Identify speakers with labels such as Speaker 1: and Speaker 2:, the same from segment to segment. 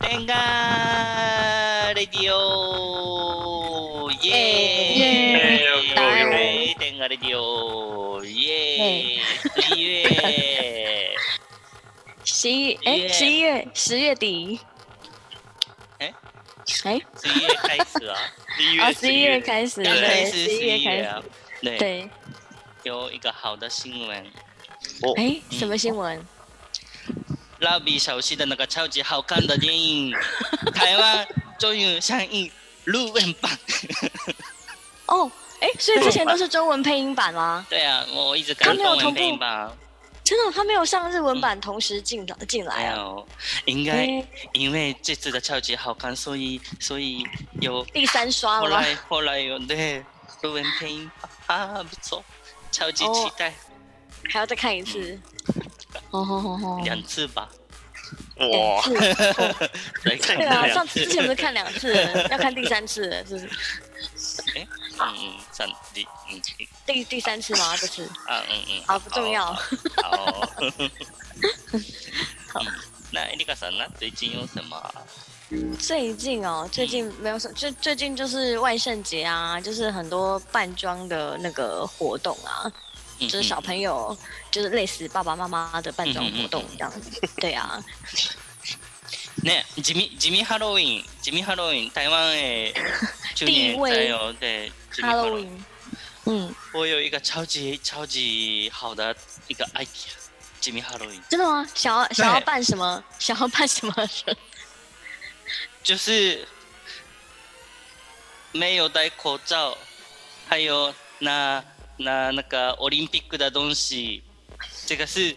Speaker 1: 天がレディオイ
Speaker 2: イ
Speaker 1: エーイ
Speaker 3: エーイ
Speaker 1: はい天がレディオイエーイイエ
Speaker 2: 十一哎，
Speaker 1: Yeah
Speaker 2: 十一月十月底，
Speaker 1: 哎
Speaker 2: 哎，
Speaker 1: ーイ十一月开始啊，十一
Speaker 2: 哦，
Speaker 1: 月
Speaker 2: 十一月开始，
Speaker 1: 刚开
Speaker 2: 对，
Speaker 1: 始
Speaker 2: 十
Speaker 1: 十
Speaker 2: 一
Speaker 1: 一
Speaker 2: 月
Speaker 1: 月
Speaker 2: 开
Speaker 1: 啊
Speaker 2: 始，，
Speaker 1: 对，
Speaker 2: 对，
Speaker 1: 有一个好的新闻。嗯
Speaker 2: 哎，什么新闻？
Speaker 1: 蜡笔小新的那个超级好看的电影，台湾终于上映入文 版。
Speaker 2: 哦，哎，所以之前都是中文配音版吗？
Speaker 1: 对啊，我一直看中文配音版，
Speaker 2: 真的，他没有上日文版同时进的进
Speaker 1: 没
Speaker 2: 来啊？
Speaker 1: 有，应该
Speaker 2: 哎，
Speaker 1: 因为这次的超级好看，所以所以有
Speaker 2: 第三刷
Speaker 1: 后
Speaker 2: 了吗？
Speaker 1: 来后来有对中文配音版啊，不错，超级期待、
Speaker 2: 还要再看一次？哦吼吼吼！
Speaker 1: 嗯两次吧，
Speaker 2: 两
Speaker 3: 哇，
Speaker 2: 次，哦
Speaker 1: 再看
Speaker 2: 对 啊，
Speaker 1: 两
Speaker 2: 上次之前不是看两次了，要看第三次了，是不是？
Speaker 1: 嗯嗯，三第嗯嗯
Speaker 2: 第第三次吗？这次
Speaker 1: 啊嗯嗯，
Speaker 2: 好不重要
Speaker 1: 好。好，好嗯那艾丽卡さん呢？最近有什么？
Speaker 2: 最近哦，最近没有什么，最最近就是万圣节啊，就是很多扮装的那个活动啊，
Speaker 1: 嗯
Speaker 2: 就是小
Speaker 1: 友。
Speaker 2: 朋友就是类似爸爸妈妈的扮装活动这样
Speaker 1: 嗯
Speaker 2: 子。对啊，
Speaker 1: ね、地味地味ハロウィン、地味ハロウィン、台湾 へ去
Speaker 2: 第一
Speaker 1: 年
Speaker 2: 位
Speaker 1: 才有对地味
Speaker 2: 哈
Speaker 1: ハ
Speaker 2: 喽
Speaker 1: ロウィン。
Speaker 2: w 嗯，
Speaker 1: 我有一个超级超级好的一个 idea，地味ハロウィン
Speaker 2: 真的吗？想要想要扮什么？想要扮什么人？
Speaker 1: 就是没有戴口罩，还有那那那个オリンピック的东西，这个是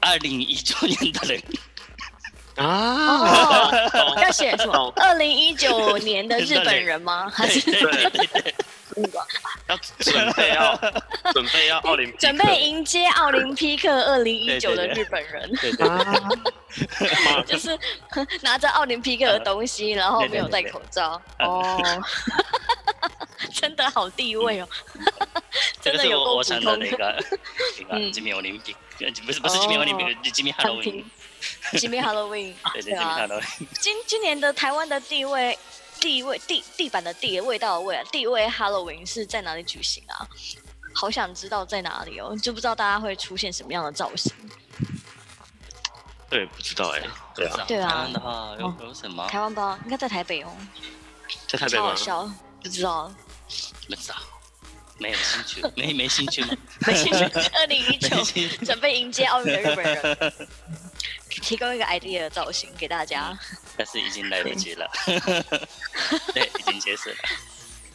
Speaker 1: 二零一九年的人，
Speaker 3: 啊，
Speaker 2: 哦，
Speaker 3: 懂
Speaker 2: 要写什么？二零一九年的日本人吗？还
Speaker 1: 对
Speaker 2: 是
Speaker 1: 对对对对，
Speaker 3: 要准备 要准备要奥林匹克
Speaker 2: 准备迎接奥林匹克二零一九的日本人？
Speaker 1: 对对
Speaker 3: 啊， 妈
Speaker 2: 就是 拿着奥林匹克的东西，然后没有戴口罩。
Speaker 1: 嗯对对对对嗯
Speaker 2: 哦， 真的好地位哦，
Speaker 1: 嗯这
Speaker 2: 真
Speaker 1: 个
Speaker 2: 的
Speaker 1: 是
Speaker 2: 有
Speaker 1: 我
Speaker 2: 够
Speaker 1: 我
Speaker 2: 普
Speaker 1: 想到
Speaker 2: 通
Speaker 1: 的一个一 个
Speaker 2: 嗯
Speaker 1: 地味オリンピック，不是不是地味オリンピック，地味ハロウィン。
Speaker 2: 吉 米 Halloween，
Speaker 1: 对对，
Speaker 2: 对
Speaker 1: 地味ハ
Speaker 2: 啊，
Speaker 1: ロウィン。
Speaker 2: 今今年的台湾的地位。地位地地板的地味道的味啊，地位 Halloween 是在哪里举行啊？好想知道在哪里哦，就不知道大家会出现什么样的造型。
Speaker 3: 对，不知道哎，对啊，
Speaker 2: 对啊
Speaker 1: 台湾的话有有什么？
Speaker 2: 台湾吧，应该在台北哦，
Speaker 3: 在台北
Speaker 2: 超
Speaker 3: 吗
Speaker 2: 好？笑，不知道。
Speaker 1: 不知道，没有兴趣，没没兴趣吗？
Speaker 2: 没兴趣。二零一九
Speaker 1: 没兴趣。
Speaker 2: 准备迎接奥运的日本人，提供一个 idea 的造型给大家。
Speaker 1: 但是已经来不及了，对，已经结束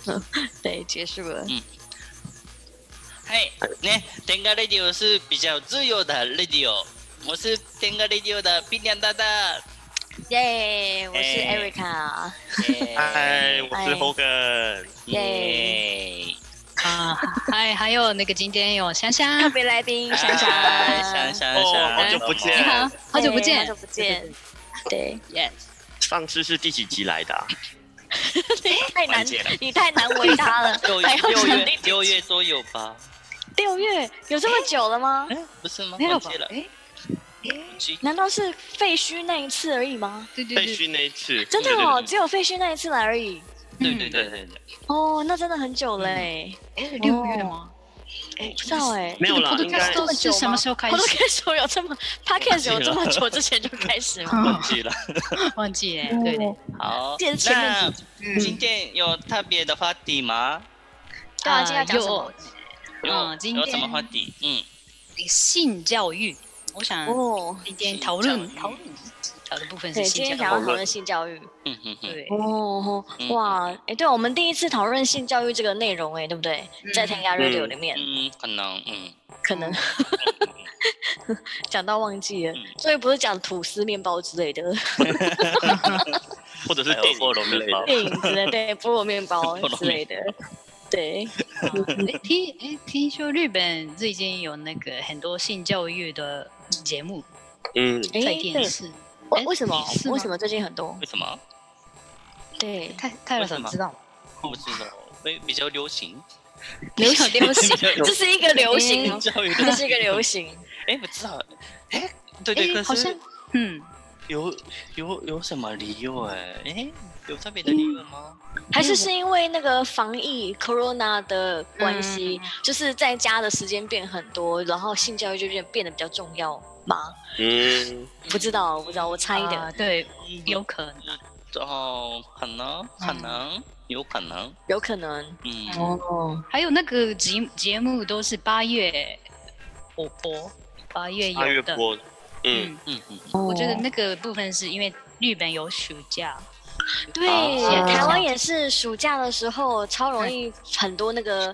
Speaker 1: 了。
Speaker 2: 对，结束了。
Speaker 1: はい、ね、天下レディオ是比较自由的 radio，我是天下 radio 的冰凉大大。
Speaker 2: 耶，我是 Erica。
Speaker 3: 嗨，哎我
Speaker 2: 嗨
Speaker 3: 是 Hogan，
Speaker 1: 耶！
Speaker 4: 啊，还还有那个今天有香
Speaker 2: 特
Speaker 4: 香，
Speaker 2: 别来宾
Speaker 1: 嗨
Speaker 2: 珊
Speaker 1: 香
Speaker 2: 珊，
Speaker 1: 香
Speaker 3: 哦
Speaker 1: 香，
Speaker 3: 好久不
Speaker 4: 你
Speaker 3: 见
Speaker 4: 好，好久不
Speaker 2: 好
Speaker 4: 见
Speaker 2: 久，不见。对，
Speaker 4: 耶！
Speaker 3: 上次是第几集来的啊？
Speaker 2: 哎太难
Speaker 1: 完结了，
Speaker 2: 你太难为他 了。
Speaker 1: 六
Speaker 2: 还
Speaker 1: 月
Speaker 2: 要
Speaker 1: 六
Speaker 2: 想
Speaker 1: 月
Speaker 2: 第
Speaker 1: 六月都有吧？
Speaker 2: 六月有这么久了吗？
Speaker 1: 哎，不是吗？
Speaker 4: 没有
Speaker 1: 忘
Speaker 4: 吧
Speaker 1: 记了？，
Speaker 4: 哎，
Speaker 1: 记
Speaker 2: 难道是废墟那一次而已吗？
Speaker 4: 对对
Speaker 3: 废
Speaker 4: 对，
Speaker 3: 墟那一次，
Speaker 2: 真的哦，
Speaker 3: 对
Speaker 2: 只有废墟那一次来而已。
Speaker 1: 对对对对对，
Speaker 2: 哦，那真的很久嘞。
Speaker 4: 哎，六月吗？
Speaker 2: 不知道哦哎，
Speaker 3: 没有啦，应该
Speaker 4: Podcast 都是什么时候开
Speaker 2: 我都
Speaker 4: 始？
Speaker 2: 开始有这么 podcast 有这么久之前就开始吗？
Speaker 1: 忘记了。
Speaker 4: 忘记
Speaker 2: 哦嗯
Speaker 4: 哎，对对，
Speaker 1: 好，
Speaker 2: 见前面
Speaker 1: 那今
Speaker 4: 嗯，
Speaker 1: 天有特别的话题吗？
Speaker 2: 对啊，今天要讲什么？
Speaker 1: 有、
Speaker 4: 嗯今
Speaker 1: 有什么
Speaker 4: 天
Speaker 1: 话题？嗯，
Speaker 4: 有性教育，我想
Speaker 2: 哦，
Speaker 4: 今天讨论
Speaker 1: 性教育
Speaker 4: 讨论讨论部分
Speaker 2: 对，
Speaker 4: 是
Speaker 2: 今
Speaker 4: 性
Speaker 2: 天想
Speaker 4: 教
Speaker 2: 要
Speaker 4: 育，
Speaker 2: 讨论性教育。
Speaker 1: 嗯嗯嗯，
Speaker 4: 对，
Speaker 2: 哦
Speaker 1: 嗯，
Speaker 2: 哇，哎，对，我们第一次讨论性教育这个内容，哎，对不对？
Speaker 4: 嗯
Speaker 2: 在天涯 radio 里面，
Speaker 1: 嗯，可能，嗯，
Speaker 2: 可能讲到忘记了
Speaker 1: 嗯，
Speaker 2: 所以不是讲吐司面包之类的
Speaker 3: 或者是电影之类的，
Speaker 2: 电影之类的，对，菠萝面包
Speaker 1: 菠萝面包
Speaker 2: 之类的，对，
Speaker 4: 啊哎听哎听说日本最近有那个很多性教育的节目
Speaker 3: 嗯，
Speaker 2: 哎，
Speaker 4: 在
Speaker 2: 对
Speaker 4: 电，视，
Speaker 2: 为
Speaker 4: 哎
Speaker 2: 为什么
Speaker 4: 你是吗
Speaker 2: 为什么最近很多
Speaker 1: 为？什么？
Speaker 2: 对，
Speaker 4: 泰泰勒
Speaker 1: 为什
Speaker 4: 嫂
Speaker 1: 么
Speaker 4: 知道吗？
Speaker 1: 不知 道，比比较流行，
Speaker 4: 流行流行
Speaker 1: 比 较流
Speaker 4: 嗯
Speaker 2: 这是一个流行，
Speaker 1: 教育
Speaker 2: 这
Speaker 1: 的，
Speaker 2: 是一个流行。
Speaker 1: 哎，不知道，哎，对对，
Speaker 4: 哎，
Speaker 1: 可
Speaker 4: 好像
Speaker 1: 是，
Speaker 4: 嗯，
Speaker 1: 有有有什么理由？哎，哎，有特别的理由吗？
Speaker 2: 还是是因为那个防疫 corona 的关
Speaker 4: 嗯
Speaker 2: 系，就是在家的时间变很多，然后性教育就变变得比较重要吗？
Speaker 3: 嗯，
Speaker 2: 不知道，我不知道，我猜的。
Speaker 4: 啊对，
Speaker 1: 嗯
Speaker 4: 有可能。
Speaker 1: 哦，可能可
Speaker 4: 嗯
Speaker 1: 能有可能，
Speaker 2: 有可能
Speaker 1: 嗯，
Speaker 2: 哦，
Speaker 4: 还有那个节节目都是八月我播，八月
Speaker 3: 八月
Speaker 4: 有的。
Speaker 3: 播，嗯，
Speaker 4: 嗯，
Speaker 1: 嗯嗯，
Speaker 4: 我
Speaker 2: 我
Speaker 4: 觉得那个部分是因为日本有暑假，
Speaker 2: 对，
Speaker 1: 啊
Speaker 2: 台湾也是暑假的时候超容易很多那个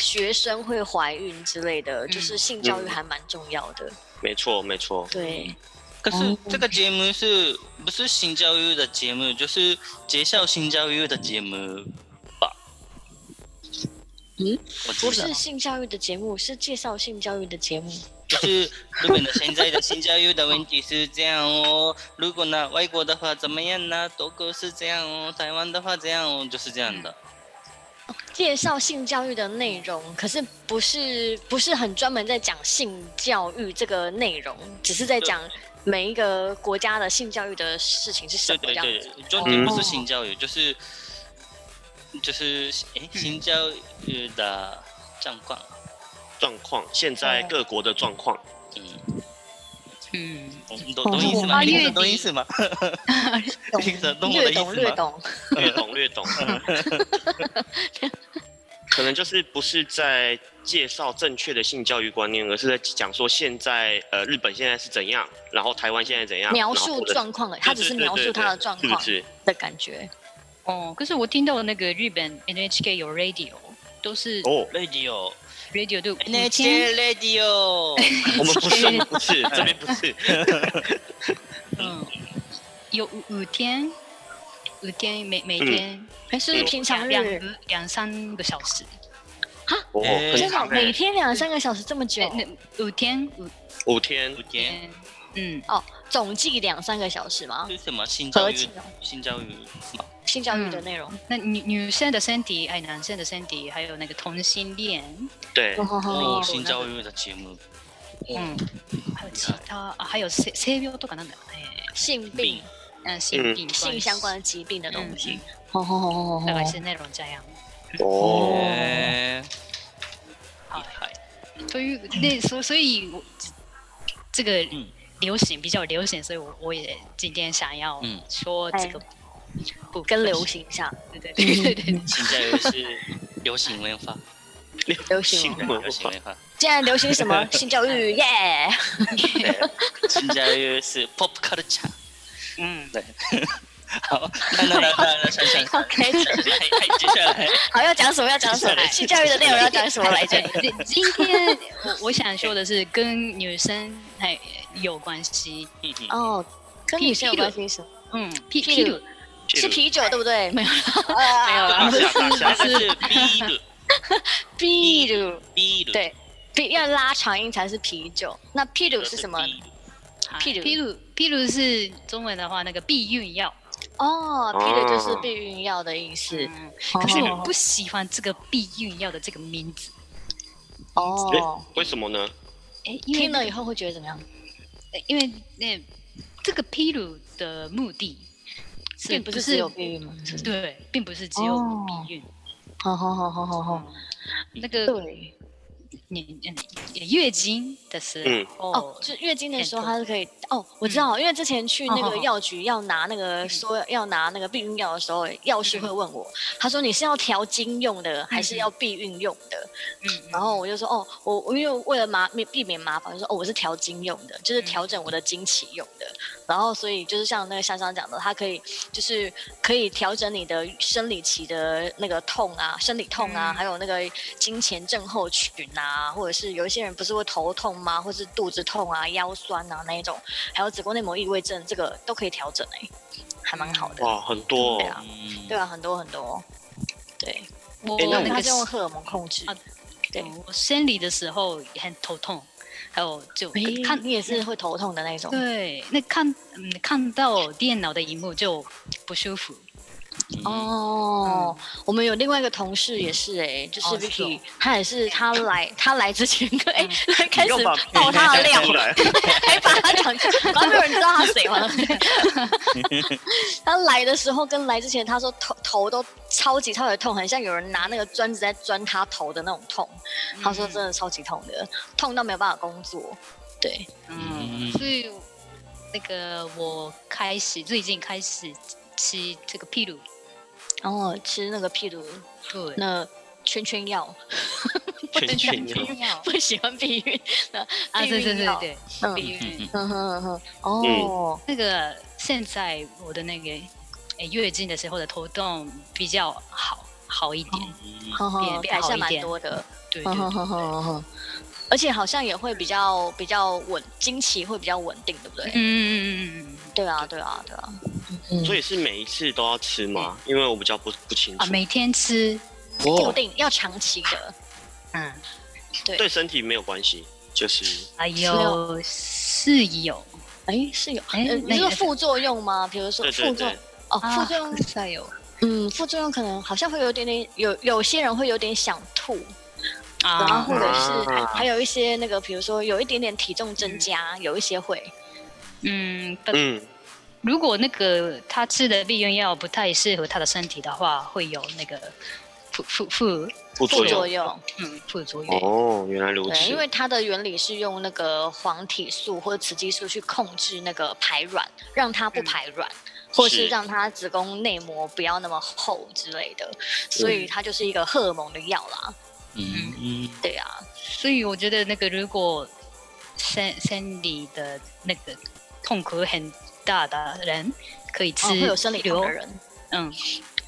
Speaker 2: 学生会怀孕之类的，
Speaker 4: 嗯
Speaker 2: 就是性教育还蛮重要的。
Speaker 3: 没错没错，
Speaker 2: 对，
Speaker 1: 可是这个节目是不是性教育的节目？就是介绍性教育的节目吧？
Speaker 2: 嗯，
Speaker 1: 我
Speaker 2: 不
Speaker 1: 知道
Speaker 2: 是，性教育的节目，是介绍性教育的节目。
Speaker 1: 就是日本的现在的性教育的问题是这样哦。如果呢，外国的话怎么样呢？德国是这样哦，台湾的话这样哦，就是这样的。
Speaker 2: 介绍性教育的内容，可是不是不是很专门在讲性教育这个内容，只是在讲每一个国家的性教育的事情是什
Speaker 1: 对
Speaker 2: 么
Speaker 1: 对
Speaker 2: 样
Speaker 1: 对
Speaker 2: 子。，
Speaker 1: 重点不是性教育，就是就是诶，性教育的状况，
Speaker 3: 状况现在
Speaker 2: 哦
Speaker 3: 各国的状况，
Speaker 1: 嗯。
Speaker 4: 嗯，
Speaker 1: 懂懂意思吗？
Speaker 4: 八
Speaker 1: 听
Speaker 4: 月
Speaker 1: 得
Speaker 4: 底
Speaker 1: 懂意思吗？听得懂我的
Speaker 2: 略
Speaker 1: 意思
Speaker 2: 懂略
Speaker 1: 吗？
Speaker 2: 懂，
Speaker 3: 略懂略懂， 可能就是不是在介绍正确的性教育观念，而是在讲说现在呃日本现在是怎样，然后台湾现在怎样，
Speaker 2: 描
Speaker 3: 然后
Speaker 2: 述
Speaker 3: 或者
Speaker 2: 状况而已，欸他只是
Speaker 3: 对对
Speaker 2: 描述
Speaker 3: 对对
Speaker 2: 他的状
Speaker 3: 是不
Speaker 2: 况
Speaker 3: 是？
Speaker 2: 的感觉。
Speaker 4: 哦，可是我听到那个日本 NHK 有 radio，都是
Speaker 3: 哦，
Speaker 1: Radio
Speaker 4: radio 都五天，
Speaker 1: NHK Radio，
Speaker 3: 我们不是 不是这边不是，
Speaker 4: 嗯，有五五天，五天每每天，还
Speaker 2: 就是是平常
Speaker 4: 两
Speaker 2: 日
Speaker 4: 个两三个小时，
Speaker 3: 哦，
Speaker 1: 哎
Speaker 3: 很
Speaker 2: 真的
Speaker 3: 长
Speaker 2: 哦每
Speaker 3: 哎，
Speaker 2: 天两三个小时这么久
Speaker 4: 哎，那五天五
Speaker 3: 五天
Speaker 1: 五天
Speaker 4: 天，嗯，
Speaker 2: 哦，总计两三个小时吗？
Speaker 1: 是什么性教
Speaker 2: 合
Speaker 1: 育
Speaker 2: 计？嗯哦，
Speaker 1: 性教育嘛，
Speaker 2: 性教育的内容。
Speaker 4: 那女女生的身体，哎，男生的身体，还有那个同性恋，
Speaker 3: 对，
Speaker 1: 哦，
Speaker 2: 哦
Speaker 1: 性教育的节目，
Speaker 4: 嗯，还有其他，啊、还有性性病とかなんだよね。
Speaker 2: 性病、
Speaker 4: 哎嗯，性病、嗯
Speaker 2: 性相关的疾病的
Speaker 4: 的
Speaker 2: 东
Speaker 4: 东
Speaker 2: 西
Speaker 4: 西，，
Speaker 2: 哦哦哦哦
Speaker 4: 大概是内容这样。
Speaker 3: 哦，
Speaker 1: えー
Speaker 4: はい
Speaker 1: 厉害，
Speaker 4: 所以那所所以我这个
Speaker 1: 嗯
Speaker 4: 流行比较流行，所以我我也今天想要
Speaker 1: 嗯
Speaker 4: 说这个部分
Speaker 2: 跟流，行一下，
Speaker 4: 对 对对对对，
Speaker 1: 性教育是流行文化，
Speaker 2: 流行
Speaker 3: 性
Speaker 2: 文化。
Speaker 3: 文
Speaker 1: 流行
Speaker 3: 化
Speaker 1: 文化，
Speaker 2: 现在流行什么？性教育耶！
Speaker 1: 性教育是 pop culture。
Speaker 4: 嗯，
Speaker 1: 好，看到了，看到了，想想，
Speaker 2: 好开始，
Speaker 1: 嗨，接下来，
Speaker 2: 好要讲什么？要讲什么？性教育的内容要讲什么来 着？
Speaker 4: 对，今天我我想说的是跟女生还有关系，
Speaker 1: 嗯嗯
Speaker 2: 哦，跟女生有关系是吗
Speaker 4: 嗯，譬
Speaker 2: 譬
Speaker 4: 譬
Speaker 2: 如
Speaker 4: 如
Speaker 2: 是啤酒对不对？没 有，
Speaker 4: 没有
Speaker 3: 大
Speaker 4: 啦，
Speaker 3: 下大
Speaker 1: 它
Speaker 3: 下，
Speaker 1: 是ビール，
Speaker 2: 啤酒
Speaker 1: ビール，
Speaker 2: 对，啤要拉长音才是啤酒。那啤酒呃是什么？
Speaker 1: ビール
Speaker 2: 譬如
Speaker 4: 啊譬如譬如是中文的话，那个避孕药。
Speaker 2: 哦，啤酒就是避孕药的意思。
Speaker 4: 嗯
Speaker 2: 哦
Speaker 4: 可是我不喜欢这个避孕药的这个名字。
Speaker 2: 哦，
Speaker 3: 为什么呢？
Speaker 4: 哎，因为
Speaker 2: 听了以后会觉得怎么样？
Speaker 4: 呃因为那这个披露的目的是
Speaker 2: 并不是只有避孕吗？
Speaker 4: 对，并不是只有
Speaker 2: 哦
Speaker 4: 避孕。
Speaker 2: 好好好好好好，
Speaker 4: 哦，那个
Speaker 2: 对。
Speaker 4: 你你月经的时候，
Speaker 2: 哦，就月经的时候，
Speaker 4: 很
Speaker 2: 它
Speaker 4: 多
Speaker 2: 是可以哦，我知道，因为之前去那
Speaker 4: 哦
Speaker 2: 个
Speaker 4: 哦哦
Speaker 2: 药局要拿那个说要拿那个避孕药的时候，药师会问我，他说你是要调经用的还是要避孕用的？
Speaker 4: 嗯，
Speaker 2: 然后我就说哦，我我因为为了麻避免麻烦，我就说哦我是调经用的，就是
Speaker 4: 嗯
Speaker 2: 调整我的经期用的。然后所以就是像那个香香讲的，它可以就是可以调整你的生理期的那个痛啊、生理痛啊，
Speaker 4: 嗯
Speaker 2: 还有那个经前症候群啊，或者是有一些人不是会头痛吗？或是肚子痛啊、腰酸啊那一种，还有子宫内膜异位症，这个都可以调整哎、还蛮好的。
Speaker 3: 哇，很多
Speaker 2: 对
Speaker 3: 哦
Speaker 2: 啊，对啊，很多很多。对，
Speaker 4: 我
Speaker 3: 哎那我
Speaker 4: 那
Speaker 2: 它
Speaker 4: 个
Speaker 2: 是用荷尔蒙控制。
Speaker 4: 啊
Speaker 2: 对
Speaker 4: 嗯我生理的时候也很头痛，还有就
Speaker 2: 诶
Speaker 4: 看
Speaker 2: 你也是会头痛的那种。
Speaker 4: 对，那看嗯看到电脑的荧幕就不舒服。
Speaker 2: 哦，我们有另外一个同事也是哎、就是 Vicky，、他也是他来他来之前跟哎、他 开
Speaker 3: 你
Speaker 2: 始
Speaker 3: 又把
Speaker 2: 爆他的啊料
Speaker 3: 讲出， 来，
Speaker 2: 还把他讲出来，然后没有人知道他谁嘛。他来的时候跟来之前，他说头头都超级超级痛，很像有人拿那个砖子在钻他头的那种痛。
Speaker 4: 嗯
Speaker 2: 他说真的超级痛的，痛到没有办法工作。对，
Speaker 4: 嗯，所以那个我开始最近开始吃这个譬如，
Speaker 2: 然后哦吃那个譬如
Speaker 4: 对，
Speaker 2: 那圈圈药，
Speaker 3: 全全
Speaker 4: 避孕药
Speaker 2: 不喜欢避孕的
Speaker 4: 啊，对对对，
Speaker 2: 避孕药
Speaker 4: 对，避
Speaker 2: 嗯
Speaker 4: 孕
Speaker 2: 嗯哼哼，
Speaker 3: 嗯
Speaker 2: 哦，
Speaker 4: 那个现在我的那个诶月经的时候的头痛比较好好一点，
Speaker 2: 哼哼，
Speaker 4: 变
Speaker 2: 改
Speaker 4: 好
Speaker 2: 善
Speaker 4: 一
Speaker 2: 蛮
Speaker 4: 点
Speaker 2: 多的。嗯
Speaker 4: 对对
Speaker 2: 哼哼
Speaker 4: 对
Speaker 2: 哼哼哼，而且好像也会比较比较稳，经期会比较稳定，对不对？
Speaker 4: 嗯嗯嗯嗯嗯
Speaker 2: 对啊，对啊，对啊。嗯
Speaker 3: 所以是每一次都要吃吗？因为我比较不不清
Speaker 4: 啊，
Speaker 3: 楚，
Speaker 4: 每天吃，
Speaker 3: 哦
Speaker 2: 固定要长期的，
Speaker 4: 嗯，
Speaker 3: 对身体没有关系，就是
Speaker 4: 还
Speaker 2: 是
Speaker 4: 有是有，
Speaker 2: 哎，是有，
Speaker 4: 哎
Speaker 2: 呃你
Speaker 4: 那
Speaker 2: 是说
Speaker 4: 个啊
Speaker 2: 副作用吗？比如说
Speaker 3: 对
Speaker 2: 副
Speaker 3: 对
Speaker 2: 作
Speaker 3: 对，
Speaker 2: 哦，副作用，
Speaker 4: 用有
Speaker 2: 嗯，副作用可能好像会有点点，有有些人会有点想吐，然后
Speaker 4: 啊，
Speaker 2: 或者是还
Speaker 3: 啊
Speaker 2: 还有一些那个，比如说有一点点体重增加，有一些会，
Speaker 4: 嗯，不
Speaker 3: 嗯，
Speaker 4: 如果那个他吃的避孕药不太适合他的身体的话，会有那个副副副
Speaker 2: 副
Speaker 3: 副作
Speaker 2: 作
Speaker 3: 用。
Speaker 2: 用，
Speaker 4: 嗯副作用。
Speaker 3: 哦，原来如
Speaker 2: 对，
Speaker 3: 此
Speaker 2: 因。为它的原理是用那个黄体素或者雌激素去控制那个排卵，让它不排卵，或是
Speaker 3: 是
Speaker 2: 让它子宫内膜不要那么厚之类的，所以它就是一个荷尔蒙的药啦。
Speaker 1: 嗯
Speaker 2: 对啊，
Speaker 4: 所以我觉得那个如果生生理的那个痛苦很大的人，可以吃
Speaker 2: 哦，会有生理痛的
Speaker 4: 流，
Speaker 2: 人。
Speaker 4: 嗯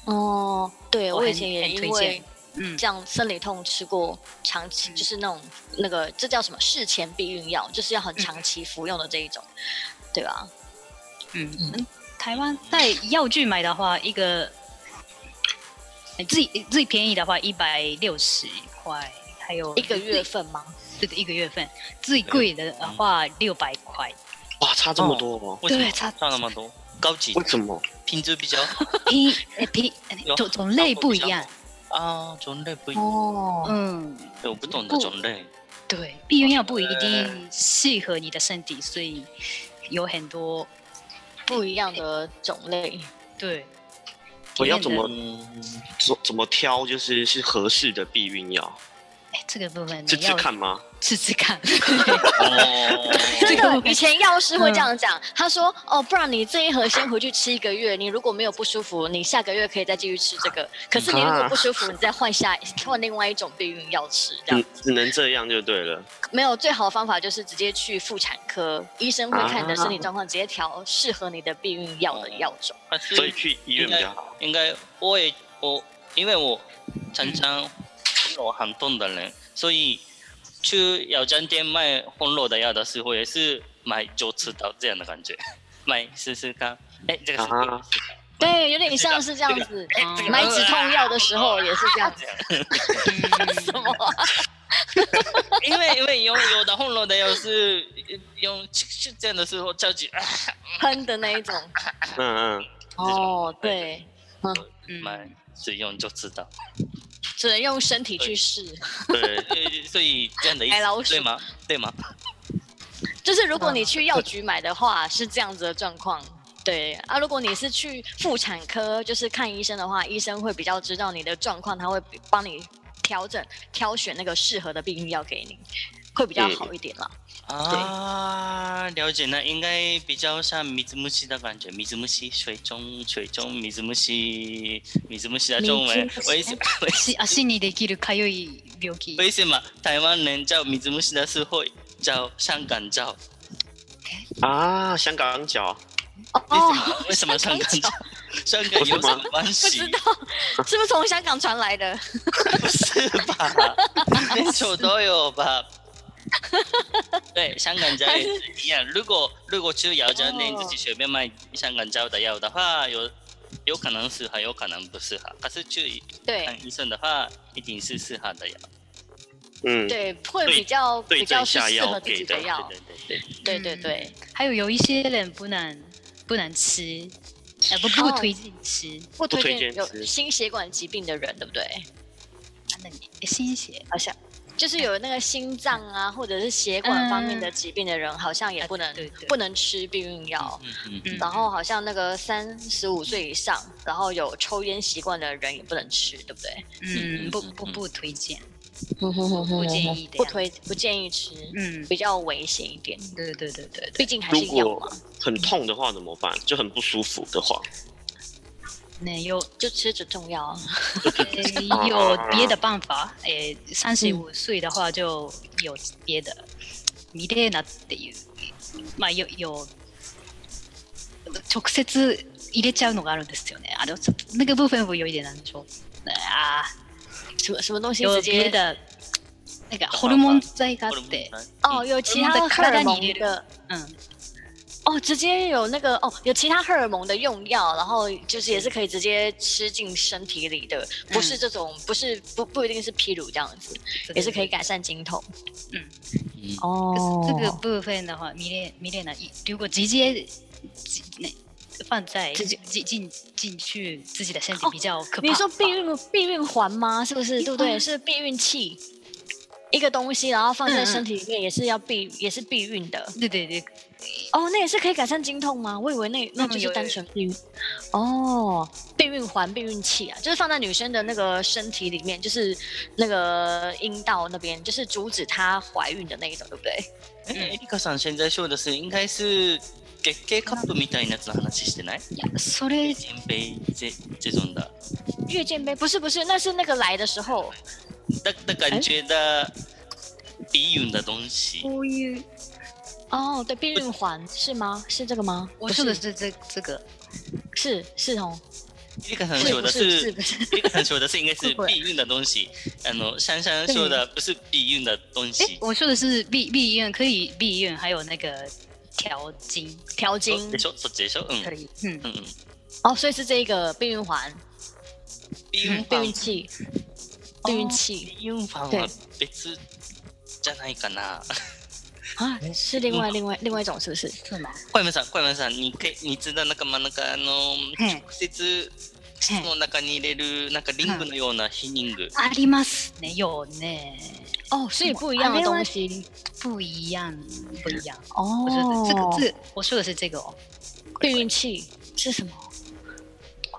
Speaker 2: 哦，对，
Speaker 4: 我
Speaker 2: 我以
Speaker 4: 很
Speaker 2: 前也
Speaker 4: 很推
Speaker 2: 因为
Speaker 4: 荐嗯
Speaker 2: 这样生理痛吃过长期，就是那种那个这叫什么事前避孕药，就是要很长期服用的这一种，对吧？
Speaker 4: 嗯嗯。台湾在药具买的话，一个呃最最便宜的话一百六十块，还有
Speaker 2: 一个月
Speaker 4: 最
Speaker 2: 份吗？
Speaker 4: 对的一个月份，最贵的话
Speaker 2: 嗯
Speaker 4: 六百块。
Speaker 3: 哇，差这么多哦！
Speaker 1: 为什么
Speaker 4: 差
Speaker 1: 差那么多？高级
Speaker 3: 为什么？
Speaker 1: 品质比较好
Speaker 4: 品呃品
Speaker 1: 有
Speaker 4: 种种类不一样。
Speaker 1: 啊，种类不一样，
Speaker 2: 哦，
Speaker 4: 嗯，
Speaker 1: 我不懂的种类。
Speaker 4: 对，避孕药不一定适合你的身体，所以有很多
Speaker 2: 不一样的种类。
Speaker 4: 对。
Speaker 3: 我要怎么
Speaker 1: 嗯，
Speaker 3: 怎怎么挑？就是是合适的避孕药，
Speaker 4: 哎，这个部分
Speaker 3: 这
Speaker 4: 你
Speaker 3: 次
Speaker 4: 要
Speaker 3: 看吗？
Speaker 4: 吃吃看。
Speaker 1: 哦，
Speaker 2: 真
Speaker 4: 这个我
Speaker 2: 的，以前药师会这样讲，他说：“哦，不然你这一盒先回去吃一个月，你如果没有不舒服，你下个月可以再继续吃这个。可是你如果不舒服，你再换下换另外一种避孕药吃。”这样
Speaker 3: 嗯，只能这样就对了。
Speaker 2: 没有最好的方法就是直接去妇产科，医生会看你的身体状况，直接调适合你的避孕药的药种。
Speaker 1: 还是
Speaker 3: 所以去医院比较好。
Speaker 1: 应该我也我因为我常常红肉很痛的人，所以去药妆店卖红肉的药的时候，也是买就吃到这样的 感觉，买试试看。哎，这个是可以
Speaker 3: 啊
Speaker 1: 试的
Speaker 2: 对，有点像是这样子。
Speaker 1: 哎这个
Speaker 2: 买止痛药的时候也是这样子。什么啊？
Speaker 1: 因为因为有有的红肉的药是用是这样的时候超级啊，
Speaker 2: 喷的那一种？
Speaker 3: 嗯嗯，
Speaker 2: 哦，对，
Speaker 4: 嗯
Speaker 1: 买使用就知道。，
Speaker 2: 只能用身体去试。
Speaker 3: 对
Speaker 1: 呃所以这样的意
Speaker 2: 白老
Speaker 1: 思
Speaker 2: 鼠
Speaker 1: 对吗？对吗？
Speaker 2: 就是如
Speaker 3: 嗯
Speaker 2: 果你去药局买的话，是这样子的状况。对啊，如果你是去妇产科，就是看医生的话，医生会比较知道你的状况，他会帮你调整、挑选那个适合的避孕药给你，会比较好一点啦。
Speaker 1: 啊，了解，那应该比较像水虫的感觉，水虫、水中、水中、水虫、水虫的中文，
Speaker 2: 水虫
Speaker 1: 为什么？
Speaker 4: 足足にできるかゆい病気。
Speaker 1: 为什么台湾人叫水虫的时候叫香港叫？
Speaker 3: 啊，香港脚，
Speaker 1: 为什
Speaker 2: 哦，
Speaker 1: 么？为什么香港叫
Speaker 2: 香？
Speaker 1: 香港有什么关
Speaker 2: 不知
Speaker 1: 系？
Speaker 2: 道是不是从香港传来的？
Speaker 1: 不是吧？连手都有吧？对，香港脚也是一样。如果如果吃药胶店自己随便卖香港脚的药的话，有有可能适合，有可能不适合。可是去
Speaker 2: 对
Speaker 3: 哎
Speaker 1: 看医生的话，一定是适合的药。
Speaker 3: 嗯，
Speaker 2: 对，会
Speaker 3: 对
Speaker 2: 比较比
Speaker 3: 对
Speaker 2: 较
Speaker 3: 症
Speaker 2: 是
Speaker 3: 下
Speaker 2: 适合
Speaker 3: 药
Speaker 2: 自己
Speaker 3: 给
Speaker 2: 的
Speaker 3: 的，
Speaker 2: 药。
Speaker 4: 嗯
Speaker 1: 对对对对。
Speaker 3: 嗯
Speaker 2: 对对对，
Speaker 4: 还有有一些人不能不能吃呃不不
Speaker 2: 哦
Speaker 4: 推荐吃，
Speaker 2: 不
Speaker 3: 不
Speaker 2: 推
Speaker 3: 推
Speaker 2: 荐
Speaker 3: 荐
Speaker 2: 有
Speaker 3: 吃
Speaker 2: 心血管疾病的人，对不对？
Speaker 4: 啊那你新鲜
Speaker 2: 好像就是有那个心脏啊，或者是血管方面的疾病的人，好像也不能、
Speaker 4: 啊对对
Speaker 2: 不能吃避孕药。
Speaker 1: 嗯
Speaker 4: 嗯
Speaker 2: 然后好像那个三十五岁以上，然后有抽烟习惯的人也不能吃，对不对？
Speaker 4: 嗯
Speaker 1: 嗯
Speaker 4: 不
Speaker 1: 嗯
Speaker 4: 不
Speaker 1: 嗯
Speaker 4: 不推荐，
Speaker 2: 不
Speaker 4: 建议的
Speaker 2: 不
Speaker 4: 呀
Speaker 2: 推不建议吃，
Speaker 4: 嗯，
Speaker 2: 比较危险一点，
Speaker 4: 对对对对对，
Speaker 2: 毕竟还
Speaker 3: 如
Speaker 2: 是啊药
Speaker 3: 果
Speaker 2: 嘛，
Speaker 3: 很痛的话怎么办？就很不舒服的话，
Speaker 4: 那有
Speaker 2: 就吃止痛药啊。
Speaker 4: 呃有别的办法，诶，三十五岁的话就有别的，ミレーナっていう、まあよ有直接入れちゃうのがあるんですよね。あのちょっと那个部分我有一点难说。啊，
Speaker 2: 什么什么东西
Speaker 4: 有
Speaker 2: 直
Speaker 4: 别
Speaker 2: 接
Speaker 4: 的那个ホルモン剤があって、
Speaker 2: 哦，有其他荷尔蒙
Speaker 4: 体
Speaker 2: 的
Speaker 4: 嗯，
Speaker 2: 哦，直接有那个哦，有其他荷尔蒙的用药，然后就是
Speaker 4: 嗯
Speaker 2: 也是可以直接吃进身体里的，不是这种，不是不不一定是披乳这样子，也是可以改善经痛。
Speaker 4: 嗯
Speaker 2: 哦
Speaker 4: 这个部分的话，迷恋迷恋呢，如果直接直那放在
Speaker 2: 直接
Speaker 4: 进进进去自己的身体
Speaker 2: 哦
Speaker 4: 比较可怕。
Speaker 2: 你说避孕避孕环吗？是不是？对不对？
Speaker 4: 嗯
Speaker 2: 是避孕器，一个东西，然后放在
Speaker 4: 嗯嗯
Speaker 2: 身体里面，也是要避，也是避孕的。
Speaker 4: 对对对，
Speaker 2: 哦，那也是可以改善经痛吗？我以为那那
Speaker 4: 嗯
Speaker 2: 就是
Speaker 4: 有
Speaker 2: 单
Speaker 4: 有
Speaker 2: 纯避孕。哦，避孕环、避孕器啊，就是放在女生的那个身体里面，就是那个阴道那边，就是阻止她怀孕的那一种，对不对？
Speaker 1: え、エリカさん、潜在症だす。应该是月経カップみたいなやつの話してない
Speaker 4: いやそれ
Speaker 1: 全米ゼゼゾンだ。
Speaker 2: 月经杯不是不是，那是那个来的时候，
Speaker 1: だ、だから、觉得避孕的东西。
Speaker 4: こういう
Speaker 2: 哦，对，避孕环是吗？是这个吗？
Speaker 4: 我
Speaker 2: 不
Speaker 4: 说的
Speaker 2: 是，
Speaker 4: 是这这个
Speaker 2: 是是哦，
Speaker 1: エリカさん
Speaker 2: 是
Speaker 1: 说
Speaker 2: 不
Speaker 1: 的
Speaker 2: 是
Speaker 1: 是
Speaker 2: 是，不是？
Speaker 1: エリカさん说的是应该是
Speaker 2: 会不会
Speaker 1: 避孕的东西。あの、シャンシャン说的不是避孕的东
Speaker 4: 哎
Speaker 1: 西，。
Speaker 4: 我说的是避避孕可以避孕，还有那个调经
Speaker 2: 调经
Speaker 4: 哦
Speaker 1: でしょそっちでしょうん。
Speaker 4: 可以，嗯，
Speaker 1: うんうん。
Speaker 2: 哦，所以是这一个避孕环、
Speaker 1: 避孕
Speaker 2: 避
Speaker 1: パン
Speaker 2: 孕。器、避孕器
Speaker 1: 避孕パンは別じゃないかな。
Speaker 2: 啊，是另外另外另外一种是不是？
Speaker 4: 是吗？
Speaker 1: 小山さん、小山さん、にけにつだなんか真ん中あの
Speaker 4: はい
Speaker 1: 直接質の中に入れるなんかリングのようなヒニング。
Speaker 4: ありますね、有ね，
Speaker 2: 哦，所以不一样的东西
Speaker 4: 不一样，不一样。
Speaker 2: 哦
Speaker 4: 我说的这个这个我说的是这个哦，
Speaker 2: 避孕器是什么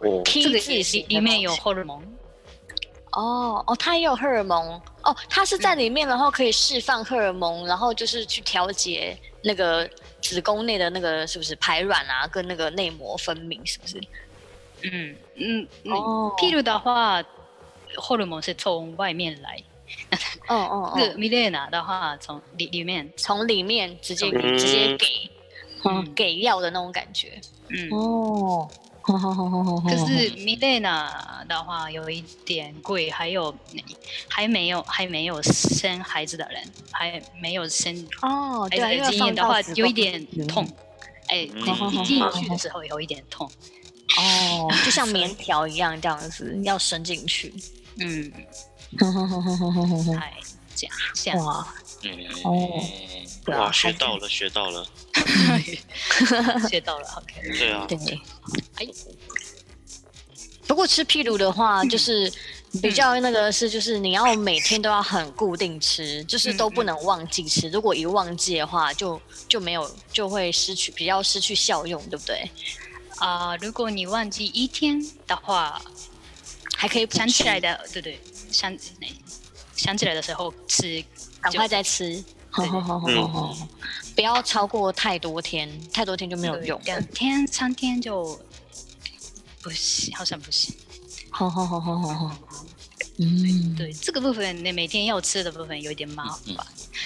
Speaker 3: 哦，
Speaker 2: ？T
Speaker 4: 这个
Speaker 2: 字
Speaker 4: 里
Speaker 2: 形
Speaker 4: 里面有
Speaker 2: 的东西
Speaker 4: 荷尔蒙，
Speaker 2: 哦哦，它也有荷尔蒙哦，它是在里面，然后可以释放荷尔蒙，然后就是去调节那个子宫内的那个是不是排卵啊，跟那个内膜分泌是不是？
Speaker 4: 嗯嗯嗯，
Speaker 2: 哦
Speaker 4: 譬如的话，荷尔蒙是从外面来，
Speaker 2: 哦哦
Speaker 4: 那、
Speaker 2: 哦，
Speaker 4: 米列娜的话从里里面，
Speaker 2: 从里面直接
Speaker 3: 嗯
Speaker 2: 直接给，嗯，
Speaker 4: 嗯
Speaker 2: 给药的那种感觉。
Speaker 4: 嗯，
Speaker 2: 哦，好好好好好，
Speaker 4: 可是米列娜的话有一点贵，还有还没有还没有生孩子的人，还没有生
Speaker 2: 哦，
Speaker 4: 孩
Speaker 2: 对
Speaker 4: 子
Speaker 2: 啊，因为
Speaker 4: 的经验
Speaker 2: 放
Speaker 4: 的
Speaker 2: 到
Speaker 4: 话
Speaker 2: 子宫
Speaker 4: 有一点痛，哎、
Speaker 1: 嗯
Speaker 4: 进进去的时候有一点痛，
Speaker 2: 哦，就像棉条一样这样子，要伸进去。
Speaker 4: 嗯， 哎，这样这样，
Speaker 2: 哇，
Speaker 1: 哦
Speaker 2: 哦。对啊
Speaker 3: 哇，学
Speaker 2: 还
Speaker 3: 到了，学到了。
Speaker 4: 学到了，OK，
Speaker 3: 对啊，
Speaker 2: 对，哎。不过吃屁乳的话，就是比较那个是，就是你要每天都要很固定吃，就是都不能忘记吃。如果一忘记的话，就就没有就会失去比较失去效用，对不对？
Speaker 4: 啊、如果你忘记一天的话，
Speaker 2: 还可以补
Speaker 4: 想起
Speaker 2: 吃
Speaker 4: 来的，对对，想想起来的时候吃，
Speaker 2: 赶快再吃。好好好好
Speaker 3: 嗯
Speaker 2: 好好，好不要超过太多天，太多天就没有用。
Speaker 4: 两天三天就不行，好像不行。
Speaker 2: 好好好好好好，嗯，
Speaker 4: 对这个部分，你每天要吃的部分有点麻烦，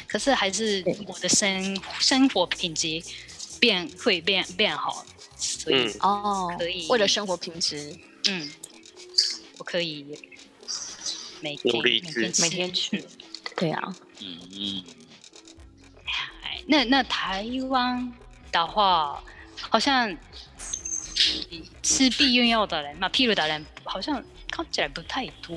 Speaker 4: 可是还是
Speaker 2: 对
Speaker 4: 我的生生活品质变会变变好，所以
Speaker 3: 嗯，
Speaker 2: 哦，
Speaker 4: 可以
Speaker 2: 为了生活品质，
Speaker 4: 嗯我可以每天
Speaker 3: 努力
Speaker 4: 每
Speaker 3: 吃
Speaker 4: 天吃
Speaker 2: 每天去。 对啊，
Speaker 4: 哎那那台湾的话，好像吃避孕药的人嘛，譬如的人好像看起来不太多。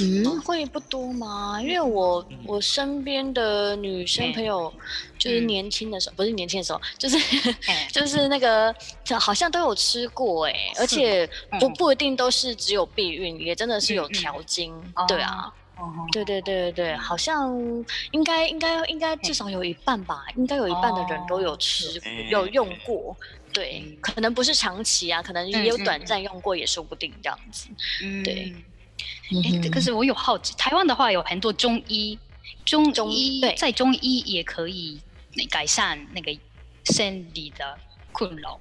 Speaker 2: 嗯，会不多吗？因为我我身边的女生朋友，就是
Speaker 4: 嗯
Speaker 2: 年轻的时候，不是年轻的时候，就是
Speaker 4: 哎
Speaker 2: 就是那个好像都有吃过哎、而
Speaker 4: 是
Speaker 2: 且不
Speaker 4: 嗯
Speaker 2: 不一定都是只有避孕，也真的是有
Speaker 4: 嗯嗯
Speaker 2: 调经
Speaker 4: 哦，
Speaker 2: 对啊。
Speaker 4: 嗯
Speaker 2: 对对对对对，好像应该应该应该
Speaker 4: 嗯
Speaker 2: 至少有一半吧，应该有一半的人都有吃、
Speaker 1: 嗯
Speaker 2: 有用过，对
Speaker 4: 哦嗯，
Speaker 2: 可能不是长期啊，可能也有
Speaker 4: 嗯嗯
Speaker 2: 短
Speaker 4: 嗯
Speaker 2: 暂用过，也说不定这样子。对
Speaker 4: 嗯哎，可是我有好奇，台湾的话有很多中医，中
Speaker 2: 中
Speaker 4: 医
Speaker 2: 对
Speaker 4: 在中医也可以改善那个生理的困扰。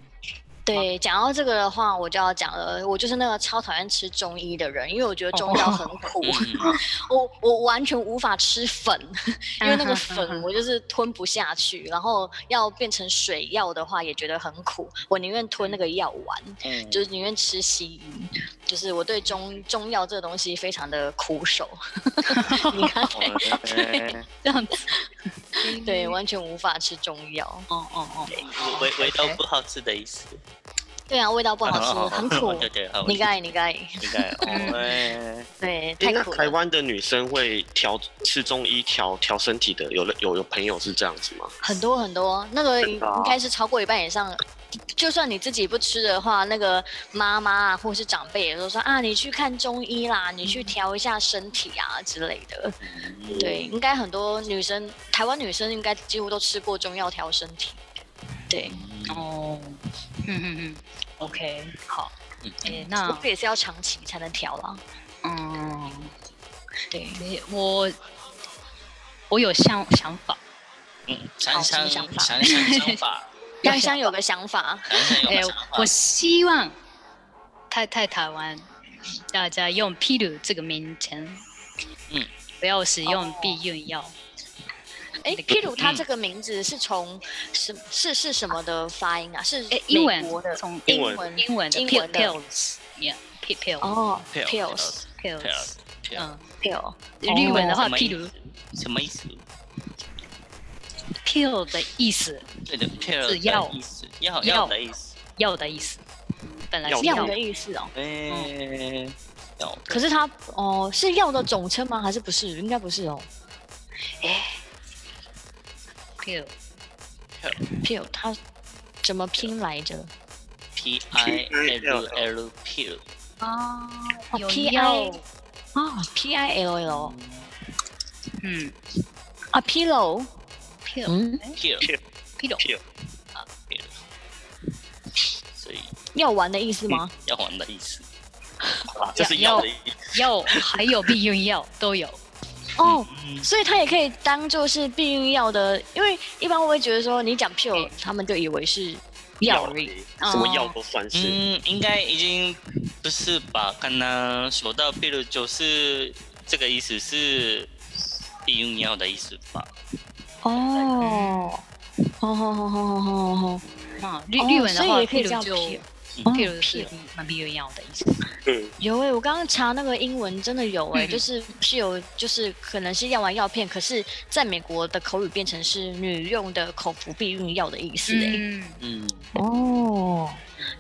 Speaker 2: 对，讲到这个的话，我就要讲了，我就是那个超讨厌吃中医的人，因为我觉得中药很苦，我我完全无法吃粉，因为那个
Speaker 4: 嗯哼嗯
Speaker 2: 粉
Speaker 4: 哼
Speaker 2: 我就是吞不下去，然后要变成水药的话也觉得很苦，我宁愿吞那个药丸。
Speaker 1: 嗯
Speaker 2: 就是宁愿吃西医，就是我对中中药这个东西非常的苦手，你看，
Speaker 4: 这样子，
Speaker 2: 对，完全无法吃中药。
Speaker 4: 哦哦哦，
Speaker 1: 味味道不好吃的意思。
Speaker 2: 对啊，味道不好吃，很苦。
Speaker 1: 对对，好
Speaker 2: 你该你 该，
Speaker 1: 应该哦。
Speaker 2: 对，
Speaker 3: 哎，
Speaker 2: 太
Speaker 3: 那
Speaker 2: 苦
Speaker 3: 台
Speaker 2: 了，
Speaker 3: 湾的女生会调吃中医调调身体的，有了有有朋友是这样子吗？
Speaker 2: 很多很多，那个
Speaker 3: 真的啊
Speaker 2: 应该是超过一半以上。就算你自己不吃的话，那个妈妈啊，或是长辈也都说啊，你去看中医啦，你去调一下身体啊之类的。对，应该很多女生，台湾女生应该几乎都吃过中药调身体。对，
Speaker 4: 哦，嗯嗯嗯，OK，好
Speaker 1: 嗯，
Speaker 4: 哎，
Speaker 2: 不
Speaker 4: 那
Speaker 2: 过也是要长期才能调啦。
Speaker 4: 嗯，
Speaker 2: 对，
Speaker 4: 我我有想想法，
Speaker 1: 嗯，想想想想想 法，
Speaker 2: 香香有个想法，
Speaker 1: 想想有
Speaker 4: 哎
Speaker 1: 想，
Speaker 4: 我
Speaker 1: 法。
Speaker 4: 希望太太台湾大家用披露这个名称，
Speaker 1: 嗯，
Speaker 4: 不要使用
Speaker 2: 哦
Speaker 4: 避孕药。
Speaker 2: 哎，譬如它这个名字是从什是是什么的发音啊？是
Speaker 4: 哎，英文
Speaker 2: 美国的
Speaker 4: 从
Speaker 3: 英文
Speaker 2: 文
Speaker 4: 英文的
Speaker 2: 英
Speaker 4: p i l
Speaker 2: 文
Speaker 4: p i l
Speaker 2: 的
Speaker 4: s y e a p i l
Speaker 2: 哦
Speaker 1: Pill，
Speaker 2: ，pills
Speaker 4: p i l
Speaker 1: Pill，
Speaker 4: s
Speaker 1: 啊
Speaker 4: 嗯，
Speaker 2: pill
Speaker 4: 日文
Speaker 2: 哦
Speaker 4: 的话，譬如
Speaker 1: 什么意思？
Speaker 4: pill 的意思，
Speaker 1: 对的，pill 的意思，药药的意思。
Speaker 4: 药的意思，本来是
Speaker 3: 药
Speaker 2: 药
Speaker 4: 药
Speaker 2: 的意思哦。
Speaker 1: 哎，药
Speaker 2: 可是它哦是药的总称吗？还是不是？应该不是哦。
Speaker 4: pill
Speaker 2: pill 它怎么拼来着？
Speaker 1: P I L L pill。
Speaker 2: 哦
Speaker 4: 啊，有
Speaker 2: P I
Speaker 4: 药，
Speaker 2: 啊，p i l l
Speaker 4: 哦嗯
Speaker 2: 啊，pillow，
Speaker 4: ，pill
Speaker 2: 嗯，
Speaker 1: pill
Speaker 4: pill，
Speaker 3: pill
Speaker 1: pill，所以
Speaker 2: 药丸的意思吗？
Speaker 1: 药丸的意 思，啊这是
Speaker 4: 药
Speaker 1: 药的意思。
Speaker 4: 药还有避孕药都有，
Speaker 2: 哦，
Speaker 1: 嗯
Speaker 2: 所以它也可以当做是避孕药的，因为一般我会觉得说，你讲 pill，、
Speaker 4: 嗯
Speaker 2: 他们就以为是药而已。哦
Speaker 3: 什么药都算是。
Speaker 1: 嗯，应该已经不是吧？刚刚说到，譬如就是这个意思是避孕药的意思吧？
Speaker 2: 哦，好好好好好好好，
Speaker 4: 啊，日日文的
Speaker 2: 哦所
Speaker 4: 话，
Speaker 2: 以也可以
Speaker 4: 譬
Speaker 2: 叫
Speaker 4: 如就嗯
Speaker 2: pill
Speaker 1: 哦
Speaker 4: 譬如是
Speaker 2: pill
Speaker 4: 蛮避孕药的意思，
Speaker 3: 嗯，
Speaker 2: 有欸诶、我刚刚查那个英文真的有诶、欸
Speaker 4: 嗯
Speaker 2: 就是是有，就是可能是药丸药片，可是在美国的口语变成是女用的口服避孕药的意思欸诶、
Speaker 4: 嗯，
Speaker 1: 嗯，
Speaker 2: 哦，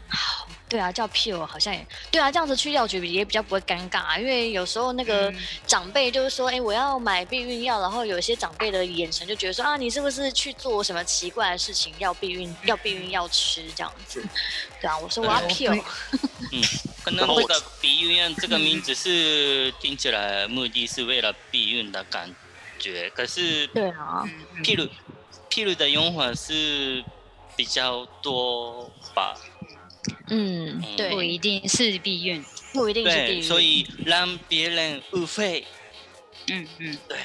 Speaker 2: 好， 对啊，叫 pill 好像也对啊，这样子去药局也比较不会尴尬、啊，因为有时候那个
Speaker 4: 嗯
Speaker 2: 长辈就是说，哎、我要买避孕药，然后有些长辈的眼神就觉得说啊，你是不是去做什么奇怪的事情，要避孕要避孕药吃这样子？对啊，我说我要
Speaker 1: 对
Speaker 2: pill，
Speaker 1: 可能这个避孕药这个名字是听起来目的是为了避孕的感觉，可是
Speaker 2: 对啊，
Speaker 4: 嗯
Speaker 1: 譬如譬如的用法是比较多吧？
Speaker 2: 嗯，
Speaker 4: 不
Speaker 2: 对，
Speaker 4: 一定是避孕，
Speaker 2: 不一定是避
Speaker 1: 对，
Speaker 2: 孕，
Speaker 1: 所以让别人误会。
Speaker 4: 嗯嗯，
Speaker 1: 对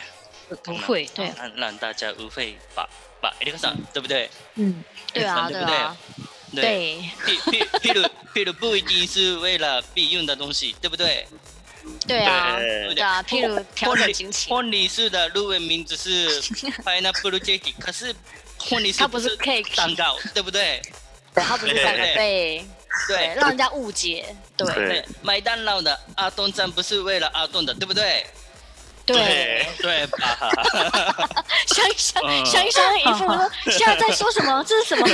Speaker 4: 不，不会，
Speaker 2: 对
Speaker 1: 让让大家误会吧吧，艾利克森对不对？
Speaker 2: 嗯，对啊，
Speaker 1: 对
Speaker 2: 对
Speaker 1: 不
Speaker 2: 啊，
Speaker 1: 对，
Speaker 2: 对
Speaker 1: 譬譬譬如譬如不一定是为了避孕的东西，对不对？
Speaker 2: 对啊，
Speaker 3: 对
Speaker 2: 对啊，譬如调整心情，
Speaker 1: 婚礼式的日文名字是 pineapple cake，可是婚礼
Speaker 2: 它不是 cake
Speaker 1: 蛋糕，对不对？
Speaker 2: 对它不是长辈，对，
Speaker 1: 对
Speaker 2: 让人家误解，对
Speaker 3: 对
Speaker 1: 对，麦当劳的阿东赞不是为了阿东的，对不对？
Speaker 2: 对，
Speaker 1: 对吧？
Speaker 2: 想一想，
Speaker 1: 嗯
Speaker 2: 想一想，一副说现在在说什 么？这是什么？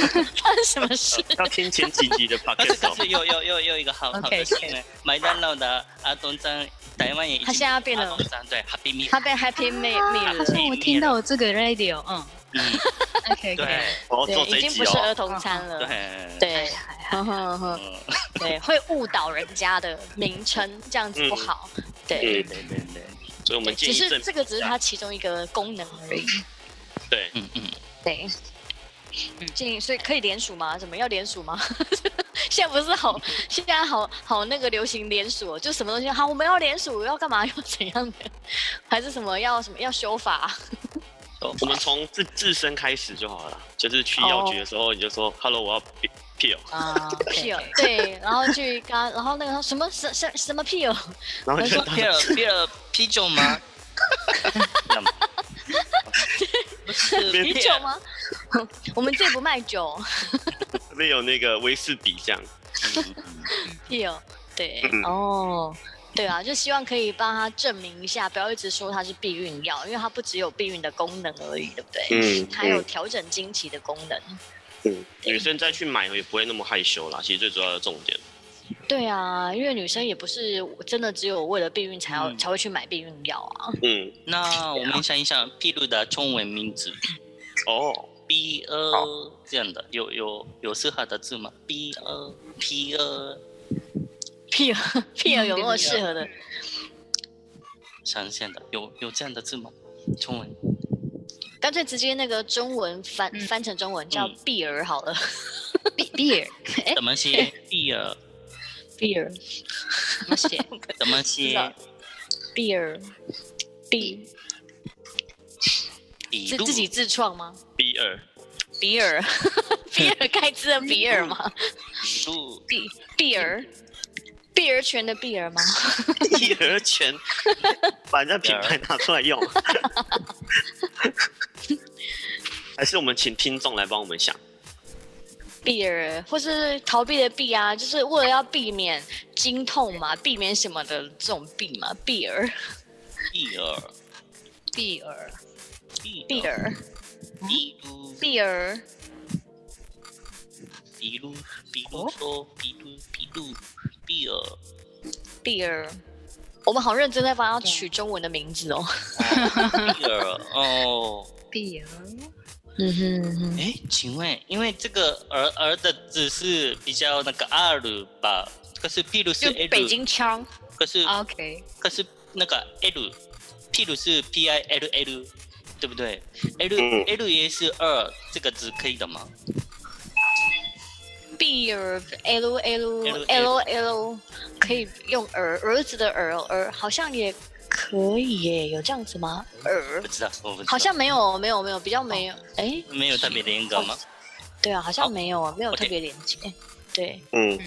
Speaker 2: 发生什么事？
Speaker 3: 要听前几集的
Speaker 1: 但是
Speaker 3: podcast
Speaker 1: 可
Speaker 3: 哦
Speaker 1: 是有有有有一个好
Speaker 4: OK，
Speaker 1: 好的事情呢，麦当劳的阿东在台湾也已经
Speaker 2: 他现在要变了
Speaker 1: 阿东在对 Happy Meal，
Speaker 2: 他被 Happy Meal
Speaker 1: 好
Speaker 2: 了，
Speaker 1: 像
Speaker 4: 我听到我这个 radio，嗯
Speaker 1: 嗯，
Speaker 4: ，OK
Speaker 1: 对
Speaker 4: OK，
Speaker 3: 哦，
Speaker 2: 对
Speaker 3: 做，这
Speaker 2: 已
Speaker 3: 一
Speaker 2: 经
Speaker 3: 集
Speaker 2: 不是
Speaker 3: 哦
Speaker 2: 儿，童餐了。
Speaker 1: 对，
Speaker 2: 对，
Speaker 4: 嗨
Speaker 2: 呵呵呵
Speaker 1: 嗯，
Speaker 2: 对，会误导人家的名称，这样子不好。对，
Speaker 1: 对
Speaker 3: 嗯，
Speaker 1: 对对对，
Speaker 3: 所以我们建
Speaker 2: 只
Speaker 3: 议
Speaker 2: 是
Speaker 3: 正
Speaker 2: 这个只是它其中一个功能而已。
Speaker 3: 对，
Speaker 1: 嗯嗯，
Speaker 2: 对
Speaker 4: 嗯，
Speaker 2: 建议所以可以联署吗？怎么要联署吗？ 现在不是好，现在好好那个流行联署哦，就什么东西好，我们要联署，要干嘛，要 怎样的，还是什么要什么要修法？
Speaker 3: 我们从自自身开始就好了，就是去药局的时候你就说，Hello，我要 p- pill，
Speaker 4: 啊
Speaker 2: 屁哦
Speaker 4: ，OK，，
Speaker 2: 对，然后去跟他，然后那个他说什么什什什么屁哦，
Speaker 3: 然后
Speaker 2: 没
Speaker 3: 就
Speaker 2: 错
Speaker 1: 啤了啤了啤酒 吗？不是
Speaker 2: 啤
Speaker 3: 啊
Speaker 2: 酒？吗？我们这不卖酒，
Speaker 3: 这边有那个威士比这样，
Speaker 2: 屁哦，对，
Speaker 3: 嗯
Speaker 2: 哦。对啊，就希望可以帮他证明一下，不要一直说它是避孕药，因为它不只有避孕的功能而已，对不对？
Speaker 3: 嗯
Speaker 2: 它哎有调整经期的功能。
Speaker 3: 嗯，女生再去买也不会那么害羞啦，其实最主要的重点，
Speaker 2: 对啊，因为女生也不是真的只有为了避孕才要、
Speaker 1: 嗯
Speaker 2: 才会去买避孕药啊。
Speaker 3: 嗯，
Speaker 1: 那我们想一想，譬如的中文名字
Speaker 3: 哦，
Speaker 1: B 二这样的，有有有适合的字吗？B 二 P E 二，
Speaker 2: 屁儿屁儿有没有适合的？
Speaker 1: 想象的有有这样的字吗？中文
Speaker 2: 干脆直接那个中文翻、
Speaker 4: 嗯
Speaker 2: 翻成中文叫
Speaker 1: 嗯
Speaker 2: 避儿好了。
Speaker 4: B beer，哎，
Speaker 1: 怎么 写？B 二
Speaker 2: 避儿
Speaker 4: 怎么写？
Speaker 1: 怎么
Speaker 2: 知
Speaker 1: 写
Speaker 2: 道？避儿避
Speaker 1: 比
Speaker 2: 自
Speaker 1: 如
Speaker 2: 自己自创吗？
Speaker 3: b 二，
Speaker 2: 比 尔比尔盖茨的比尔吗？
Speaker 1: 比如
Speaker 2: 避避儿避儿泉的避儿吗？
Speaker 3: 一儿拳，把人家品牌拿出来用。还是我们请听众来帮我们想，
Speaker 2: 避而，或是逃避的避啊，就是为了要避免经痛嘛，避免什么的这种避嘛，避而
Speaker 1: B 二
Speaker 4: B 二
Speaker 1: B
Speaker 2: 避
Speaker 1: 二
Speaker 2: 而
Speaker 1: 比如
Speaker 2: 避
Speaker 1: 比如比
Speaker 2: 而哦
Speaker 1: 如说比如比如 B 二。
Speaker 2: 避而。我们好认真在帮他取中文的名字哦。
Speaker 1: 第二哦，
Speaker 4: B 二，
Speaker 2: 嗯哼，
Speaker 1: 哎，请问，因为这个儿儿的字是比较那个 R 吧？可是譬如是
Speaker 2: 就
Speaker 1: L，
Speaker 2: 北京腔，
Speaker 1: 可是、
Speaker 4: OK，
Speaker 1: 可是那个 L，譬如是 P I L L，对不对？L、
Speaker 3: 嗯
Speaker 1: L 也是二，这个字可以的吗？
Speaker 2: 避而 l l
Speaker 1: L-
Speaker 2: l l 可以用儿儿子的儿儿，好像也可以耶，有这样子吗？儿
Speaker 1: 不知道，我不知道，
Speaker 2: 好像没有，没有，没有，比较没有。哎，
Speaker 1: 没有特别的严格吗？
Speaker 2: 对啊，好像没有啊，没有特
Speaker 1: OK
Speaker 2: 别连接。对，
Speaker 3: 嗯，
Speaker 4: 嗯，
Speaker 2: 哦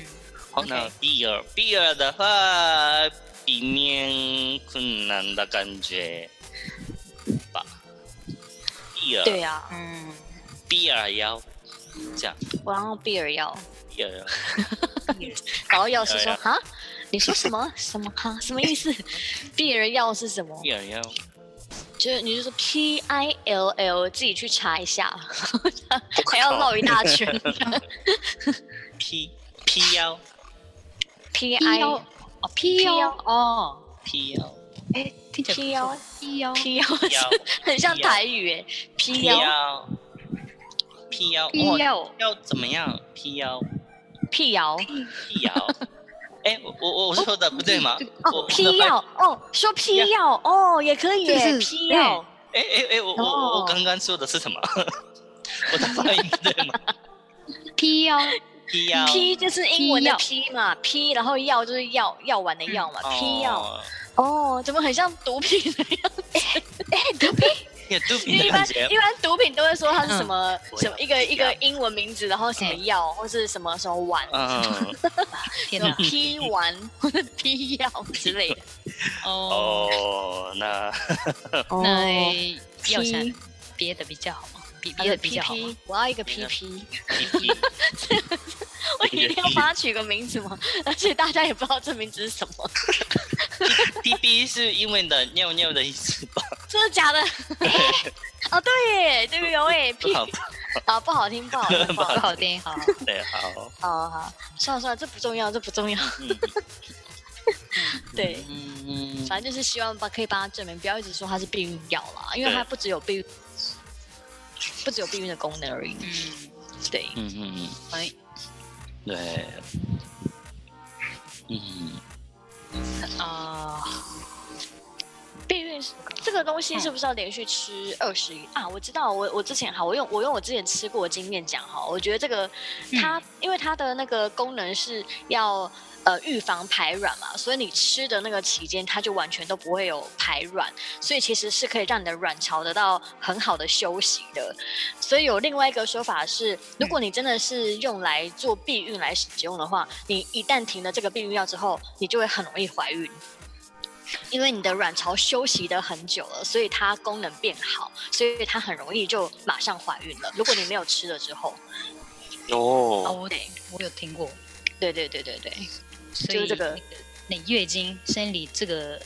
Speaker 1: 好，那第二，第二的话，避免困难的感觉吧。第二，
Speaker 2: 对啊。
Speaker 4: 嗯，
Speaker 1: 第二幺，这样。
Speaker 2: 我要避而药，
Speaker 1: 有有，
Speaker 2: 然后药师说
Speaker 1: 避
Speaker 2: 啊，你说什么什么哈、什么意思？避而药是什么？
Speaker 1: 有有，
Speaker 2: 就是你就说 P I L L，自己去查一下，还要绕一 大圈。
Speaker 1: P P 幺
Speaker 2: P
Speaker 4: P
Speaker 2: I
Speaker 4: 幺哦 P 幺哦，
Speaker 1: P 幺
Speaker 4: 哎，听起来
Speaker 2: P 幺
Speaker 4: P 幺
Speaker 2: P 幺，
Speaker 1: 幺
Speaker 2: 很像台语哎，P 幺
Speaker 1: 幺 P 幺
Speaker 4: P 幺
Speaker 1: 要怎么样？P 幺
Speaker 2: 辟谣
Speaker 1: P 幺，哎，我我我说的不对吗？
Speaker 2: 哦，P 药哦，说 P
Speaker 1: 呀
Speaker 2: 药哦，也可以耶
Speaker 4: 是是
Speaker 2: ，P 药
Speaker 1: 哎哎哎，我我我刚刚说的是什么？我的发音不对吗
Speaker 4: P 幺
Speaker 1: ？P 幺
Speaker 2: P 就是英文的
Speaker 4: P
Speaker 2: P 嘛，P 然后药就是药药丸的药嘛，P 药
Speaker 1: 哦，
Speaker 2: 哦，怎么很像毒品的样子？ 哎，毒品。
Speaker 1: 也毒品
Speaker 2: 因为
Speaker 1: 的
Speaker 2: 一般
Speaker 1: 感觉
Speaker 2: 一。般毒品都会说它是什么、
Speaker 1: 嗯
Speaker 2: 什么一个一个英文名字，然后什么药或是什么什么丸，
Speaker 1: 嗯，
Speaker 4: 天
Speaker 2: 什么
Speaker 4: 哪
Speaker 2: P 丸或者 P 药之类的。
Speaker 4: 哦，
Speaker 1: 哦，那
Speaker 4: 那要想
Speaker 2: 哦 P
Speaker 4: 别的比较好吗？比
Speaker 2: 还
Speaker 4: 别
Speaker 2: 有
Speaker 4: 的比
Speaker 2: P
Speaker 4: 较好吗
Speaker 2: P，我要一个 P P，
Speaker 1: P
Speaker 2: 我一定要帮他取个名字吗？而且大家也不知道这名字是什么，
Speaker 1: P P 是英文的尿尿的意思吧？
Speaker 2: 真的假的？哦，对耶，对不有哎，屁
Speaker 1: 好，
Speaker 2: 啊，不好听，不好听，不好
Speaker 4: 不
Speaker 2: 听。
Speaker 4: 好听，好。
Speaker 1: 对，好，
Speaker 2: 好好，算了算了，这不重要，这不重要。
Speaker 1: 嗯，
Speaker 2: 对，
Speaker 1: 嗯，
Speaker 2: 反正就是希望帮可以帮他证明，不要一直说他是避孕药啦，因为
Speaker 3: 对
Speaker 2: 它不只有避孕，不只有避孕的功能而已。
Speaker 4: 嗯，哎
Speaker 2: 对，
Speaker 1: 嗯嗯嗯，
Speaker 4: はい。
Speaker 1: 对，嗯，
Speaker 4: あ
Speaker 2: 避孕是这个东西是不是要连续吃二十一啊？我知道，我我之前好，我用我用我之前吃过的经验讲哈，我觉得这个
Speaker 4: 嗯
Speaker 2: 它、因为它的那个功能是要呃预防排卵嘛，所以你吃的那个期间它就完全都不会有排卵，所以其实是可以让你的卵巢得到很好的休息的。所以有另外一个说法是，如果你真的是用来做避孕来使用的话，你一旦停了这个避孕药之后，你就会很容易怀孕。因为你的卵巢休息的很久了，所以它功能变好，所以它很容易就马上怀孕了。如果你没有吃了之后，
Speaker 4: ーあ、
Speaker 3: 哦，
Speaker 4: 我我有听过。
Speaker 2: 对对对对对，
Speaker 4: 所
Speaker 2: 就是
Speaker 4: 以
Speaker 2: 这个
Speaker 4: 那个月经生理这个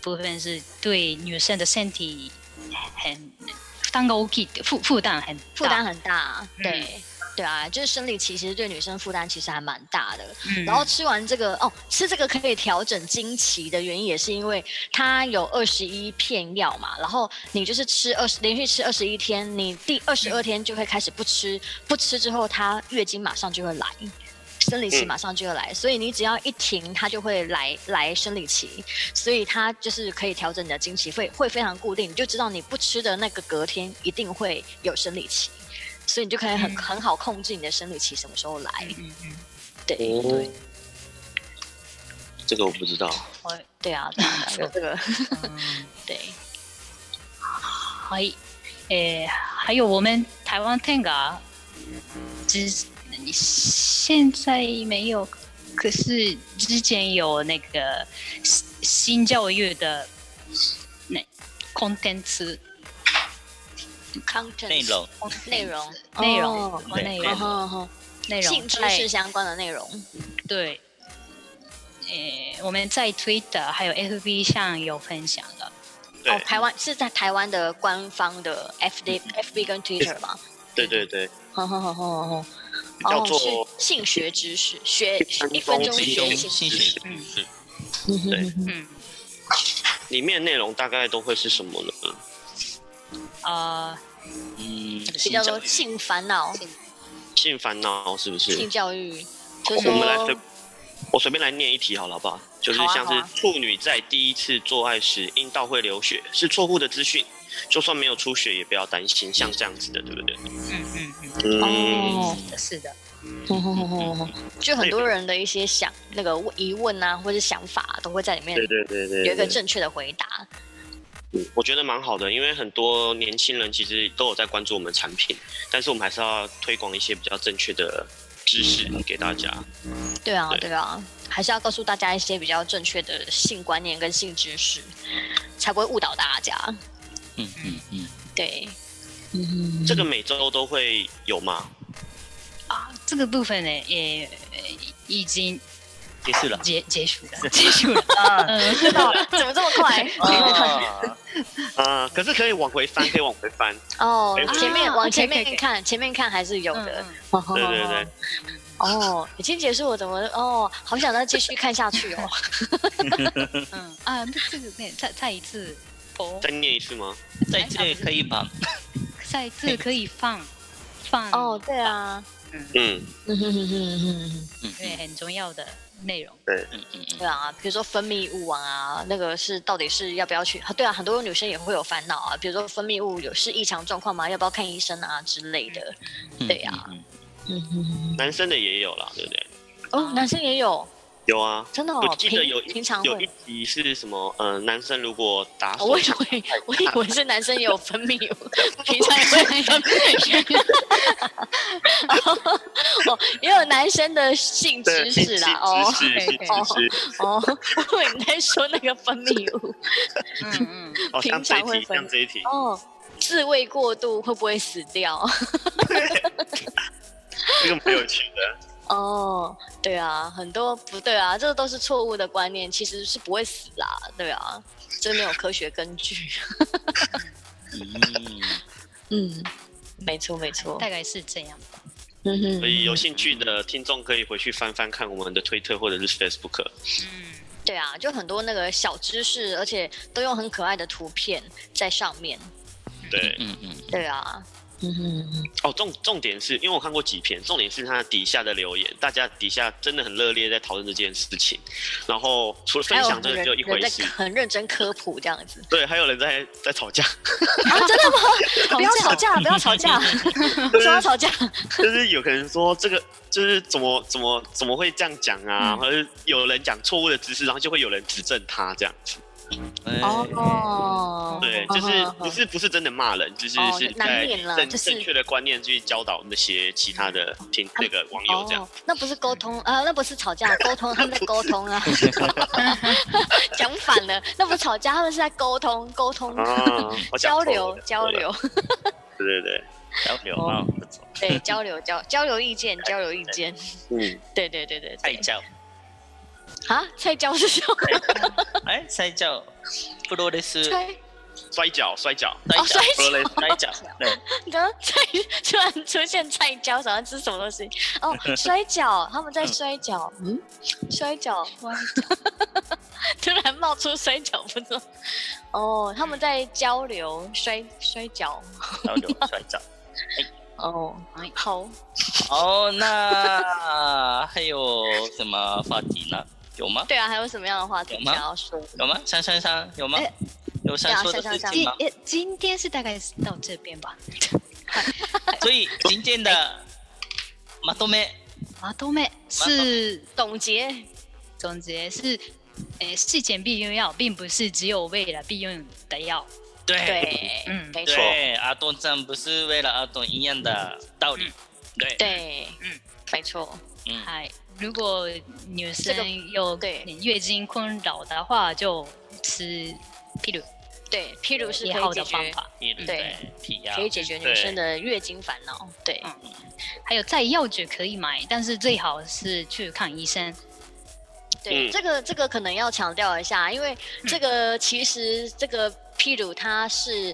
Speaker 4: 部分是对女生的身体很负担が大きいって負负担很大
Speaker 2: 负担很大，啊
Speaker 4: 嗯
Speaker 2: 对。对啊，就是生理期其实对女生负担其实还蛮大的。
Speaker 4: 嗯
Speaker 2: 然后吃完这个哦，吃这个可以调整经期的原因也是因为它有二十一片药嘛，然后你就是吃二十连续吃二十一天，你第二十二天就会开始不吃，不吃之后它月经马上就会来，生理期
Speaker 3: 嗯
Speaker 2: 马上就会来，所以你只要一停，它就会来来生理期，所以它就是可以调整你的经期，会会非常固定，你就知道你不吃的那个隔天一定会有生理期。所以你就可以很、
Speaker 4: 嗯
Speaker 2: 很好控制你的生理期什么时候来。
Speaker 4: 嗯嗯嗯
Speaker 2: 对
Speaker 3: 哦，这个我不知道。
Speaker 4: はい
Speaker 2: 对 啊，对啊有这个
Speaker 4: 嗯
Speaker 2: 对。
Speaker 4: はいえー还有我们台湾店が之现在没有，可是之前有那个新新教育的那コンテンツ
Speaker 2: content
Speaker 1: 内容
Speaker 2: 内容
Speaker 4: 内容
Speaker 2: 哦
Speaker 1: 对
Speaker 4: 内
Speaker 1: 内
Speaker 4: 容
Speaker 1: 容
Speaker 2: 哦哦
Speaker 4: 内
Speaker 2: 哦
Speaker 4: 容
Speaker 2: 性知
Speaker 4: 在
Speaker 2: 识相关的内容，
Speaker 4: 对，诶、我们在 Twitter 还有 FB 上有分享了。
Speaker 3: 对嗯
Speaker 2: 哦，台湾是在台湾的官方的 F D F B 跟 Twitter 吗？
Speaker 3: 对对对，
Speaker 2: 哦哦哦哦哦，
Speaker 3: 叫
Speaker 2: 哦
Speaker 3: 做
Speaker 2: 是性学知识，学
Speaker 3: 分钟
Speaker 2: 一分钟
Speaker 3: 心
Speaker 1: 心
Speaker 2: 学
Speaker 1: 胸
Speaker 3: 胸
Speaker 1: 心
Speaker 2: 性知识
Speaker 1: 血，
Speaker 4: 嗯
Speaker 2: 嗯哼
Speaker 3: 对
Speaker 2: 嗯哼
Speaker 4: 嗯，
Speaker 3: 里面内容大概都会是什么呢？
Speaker 4: 啊、
Speaker 1: 嗯，
Speaker 2: 就叫做性烦恼、
Speaker 3: 性烦恼是不
Speaker 2: 性
Speaker 3: 是？
Speaker 2: 教育，就
Speaker 3: 哦我
Speaker 2: 是
Speaker 3: 们来随
Speaker 2: 说，，
Speaker 3: 我随便来念一题好了，好不好？就是
Speaker 2: 好啊
Speaker 3: 像
Speaker 2: 好啊
Speaker 3: 是处女在第一次做爱时，阴道会流血，是错误的资讯。就算没有出血，也不要担心，像这样子的，对不对？
Speaker 4: 嗯嗯嗯，
Speaker 3: 嗯，
Speaker 2: 哦
Speaker 4: 是的，是的，
Speaker 2: 哦哦哦哦哦就很多人的一些想那个疑问啊，或者想法都会在里面
Speaker 3: 对对对对，
Speaker 2: 有一个
Speaker 3: 对
Speaker 2: 正确的回答。
Speaker 3: 我觉得蛮好的，因为很多年轻人其实都有在关注我们的产品，但是我们还是要推广一些比较正确的知识给大家。
Speaker 2: 对啊，
Speaker 3: 对
Speaker 2: 对啊，还是要告诉大家一些比较正确的性观念跟性知识，才不会误导大家。
Speaker 1: 嗯嗯嗯，
Speaker 2: 对，嗯，
Speaker 3: 这个每周都会有吗？
Speaker 4: 啊，这个部分呢，也已经
Speaker 1: 结束了。
Speaker 4: 结结束了，结 束了。嗯，
Speaker 2: 知道了，怎么这么快？
Speaker 1: 啊，
Speaker 3: 啊、可是可以往 回翻，可以往回翻。
Speaker 2: 哦
Speaker 3: 啊，
Speaker 2: 前面往前面
Speaker 4: OK，OK，OK
Speaker 2: 看，前面看还是有的。
Speaker 4: 嗯
Speaker 2: 哦
Speaker 3: 对对对，
Speaker 2: 哦，已经结束，我怎么哦，好想再继续看下去 哦。
Speaker 4: 嗯嗯啊，那这个呢，再再一次哦播，
Speaker 3: 再念一次吗？
Speaker 1: 在这里可以吗？
Speaker 4: 再一次可以放放
Speaker 2: 哦，，对啊，
Speaker 3: 嗯，
Speaker 2: 嗯哼哼哼哼哼，
Speaker 1: 嗯
Speaker 4: 对，很重要的内容。
Speaker 1: 嗯嗯
Speaker 2: 对啊，比如说分泌物啊，那个是到底是要不要去？对啊，很多女生也会有烦恼啊，比如说分泌物有是异常状况吗？要不要看医生啊之类的。
Speaker 1: 嗯，
Speaker 2: 对呀
Speaker 1: 嗯，
Speaker 2: 嗯嗯嗯
Speaker 3: 男生的也有啦，对不对？
Speaker 2: 哦，男生也有，
Speaker 3: 有啊，
Speaker 2: 真的哦。
Speaker 3: 我记得
Speaker 2: 平
Speaker 3: 有一
Speaker 2: 平常
Speaker 3: 有一
Speaker 2: 会，
Speaker 3: 集是什么？呃，男生如果打
Speaker 2: 哦
Speaker 3: 手
Speaker 2: 我以
Speaker 3: 枪，
Speaker 2: 为我以为是男生也有分泌 物，平常也会 分泌物。哦，也有男生的性
Speaker 3: 对
Speaker 2: 知识啦，
Speaker 3: 性
Speaker 2: 哦
Speaker 3: 性 知识，性
Speaker 2: 哦
Speaker 3: 知识。
Speaker 2: 哦，我以为你在说那个分泌物。
Speaker 4: 嗯嗯，
Speaker 3: 哦，
Speaker 2: 平
Speaker 3: 像这
Speaker 2: 常会
Speaker 3: 一题，
Speaker 2: 分
Speaker 3: 像这一题，
Speaker 2: 哦，自慰过度会不会死掉？
Speaker 3: 这个蛮有趣的。
Speaker 2: 哦，对啊，很多不对啊，这个都是错误的观念，其实是不会死啦，对啊，这没有科学根据。
Speaker 1: 嗯，
Speaker 2: 嗯， 没错没错。
Speaker 4: 大概是这样。
Speaker 2: 嗯哼
Speaker 3: 所以有兴趣的听众可以回去翻翻看我们的推特或者是 Facebook。
Speaker 4: 嗯，
Speaker 2: 对啊，就很多那个小知识，而且都用很可爱的图片在上面。
Speaker 3: 对，
Speaker 1: 嗯嗯，
Speaker 2: 对啊，嗯哼，
Speaker 3: 哦，重重点是因为我看过几篇，重点是它底下的留言，大家底下真的很热烈在讨论这件事情。然后除了分享这个就一回
Speaker 2: 人
Speaker 3: 事
Speaker 2: 在， 很认真科普这样子。
Speaker 3: 对，还有人在在吵架，
Speaker 2: 啊，真 的吗？
Speaker 4: 好
Speaker 2: 不要吵架，不要吵架， 为什么要吵架？
Speaker 3: 就是有可能说这个就是怎么怎么怎么会这样讲啊，
Speaker 4: 嗯
Speaker 3: 或者有人讲错误的知识，然后就会有人指正他这样子。
Speaker 1: 哎
Speaker 2: 哦，
Speaker 3: 对，
Speaker 2: 嗯
Speaker 3: 就是
Speaker 2: 嗯嗯
Speaker 3: 不是不是真的骂人，就是
Speaker 2: 哦
Speaker 3: 是
Speaker 2: 难
Speaker 3: 在
Speaker 2: 免啦
Speaker 3: 正
Speaker 2: 就是嗯
Speaker 3: 正确的观念去教导那些其他的听那个网友这样
Speaker 2: 哦。，那不是沟通啊、呃那不是吵架，沟通他们在沟通啊，
Speaker 1: 哎
Speaker 2: 讲反了，那不是吵架，他们是在沟通，沟通、
Speaker 3: 啊，我讲
Speaker 2: 哦交
Speaker 3: 错了
Speaker 2: 流交。
Speaker 3: 讲错了
Speaker 2: 流，
Speaker 3: 对对对，
Speaker 1: 交流啊，不错，
Speaker 2: 对交流交交流意见，交流意见，
Speaker 3: 嗯，
Speaker 2: 对对对对
Speaker 1: 再
Speaker 2: 对，
Speaker 1: 教，
Speaker 2: 啊，菜椒是什么？
Speaker 1: 哎，再教，プロレス，
Speaker 2: 菜
Speaker 3: 摔跤摔跤，
Speaker 1: 再
Speaker 2: 哦
Speaker 1: 教
Speaker 2: 摔跤，
Speaker 1: プロレス，再教，对，
Speaker 2: 你刚刚菜突然出现菜椒，想要吃什么东西？ 哦，摔跤，他们在摔跤，嗯，摔跤， 突然冒出摔跤，不知道。哦，他们在交流摔摔跤。
Speaker 1: 交 流，摔跤。
Speaker 2: 哦
Speaker 4: はい，
Speaker 2: 好，
Speaker 1: 哦，那还有什么话题呢？有吗？
Speaker 2: 对啊，还有什么样的话题
Speaker 1: 有吗
Speaker 2: 想要说？
Speaker 1: 有吗？珊珊珊有吗
Speaker 4: 哎？
Speaker 1: 有想说的
Speaker 2: 对啊
Speaker 1: 事
Speaker 2: 珊珊
Speaker 1: 情
Speaker 4: 今
Speaker 1: 吗？
Speaker 4: え今天是大概是到这边吧。
Speaker 1: 所以今天的まとめ
Speaker 4: まとめ是
Speaker 2: 总结
Speaker 4: 总结是，诶，事前必用药，并不是只有为了必用的药。
Speaker 1: 对
Speaker 2: 对，
Speaker 4: 嗯
Speaker 2: 没错，
Speaker 1: 对，阿东这样不是为了阿东一样的道理，对，
Speaker 2: 对，
Speaker 4: 嗯
Speaker 2: 没错，
Speaker 1: 嗯，
Speaker 4: 嗨，如果女
Speaker 2: 这个
Speaker 4: 生有
Speaker 2: 对
Speaker 4: 月经困扰的话，就吃ピル
Speaker 2: 对，譬如是
Speaker 4: 也
Speaker 2: 可
Speaker 4: 好
Speaker 2: 以
Speaker 4: 的
Speaker 2: 解
Speaker 4: 方
Speaker 2: 决，
Speaker 4: 法。
Speaker 1: 一路
Speaker 2: 对
Speaker 1: 对，辟谣
Speaker 2: 可，以解决女
Speaker 3: 对
Speaker 2: 生的月经烦恼，对。
Speaker 4: 嗯还有在药局可以买，但是最好是去看医生。
Speaker 2: 对，
Speaker 3: 嗯
Speaker 2: 这个这个可能要强调一下，因为
Speaker 4: 嗯
Speaker 2: 这个其实这个譬如它是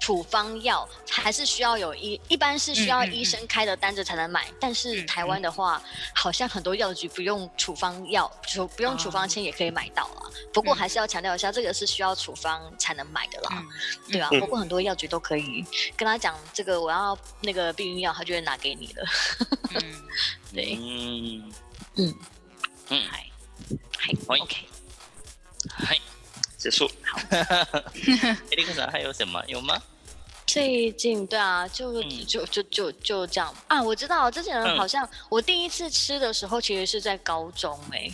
Speaker 2: 处方药，还是需要有医，一般是需要
Speaker 4: 嗯嗯嗯
Speaker 2: 医生开的单子才能买。但是
Speaker 4: 嗯
Speaker 2: 台湾的话，好像很多药局不用处方药，处不用处
Speaker 4: 哦
Speaker 2: 方签也可以买到啊。不过
Speaker 4: 嗯
Speaker 2: 还是要强调一下，这个是需要处方才能买的啦。
Speaker 4: 嗯，
Speaker 2: 对啊，
Speaker 3: 嗯
Speaker 2: 不过很多药局都可以跟他讲这个我要那个避孕药，他就会拿给你了。
Speaker 4: 嗯，
Speaker 2: 对
Speaker 1: 嗯
Speaker 2: 嗯
Speaker 1: 嗯，
Speaker 4: 嗨，
Speaker 1: はい
Speaker 2: OK，
Speaker 1: はい。
Speaker 3: 结束。
Speaker 1: エリカさん还有什么？有吗？
Speaker 2: 最近对啊，就、
Speaker 1: 嗯
Speaker 2: 就就就就这样啊！我知道之前
Speaker 1: 嗯
Speaker 2: 好像、我第一次吃的时候，其实是在高中哎、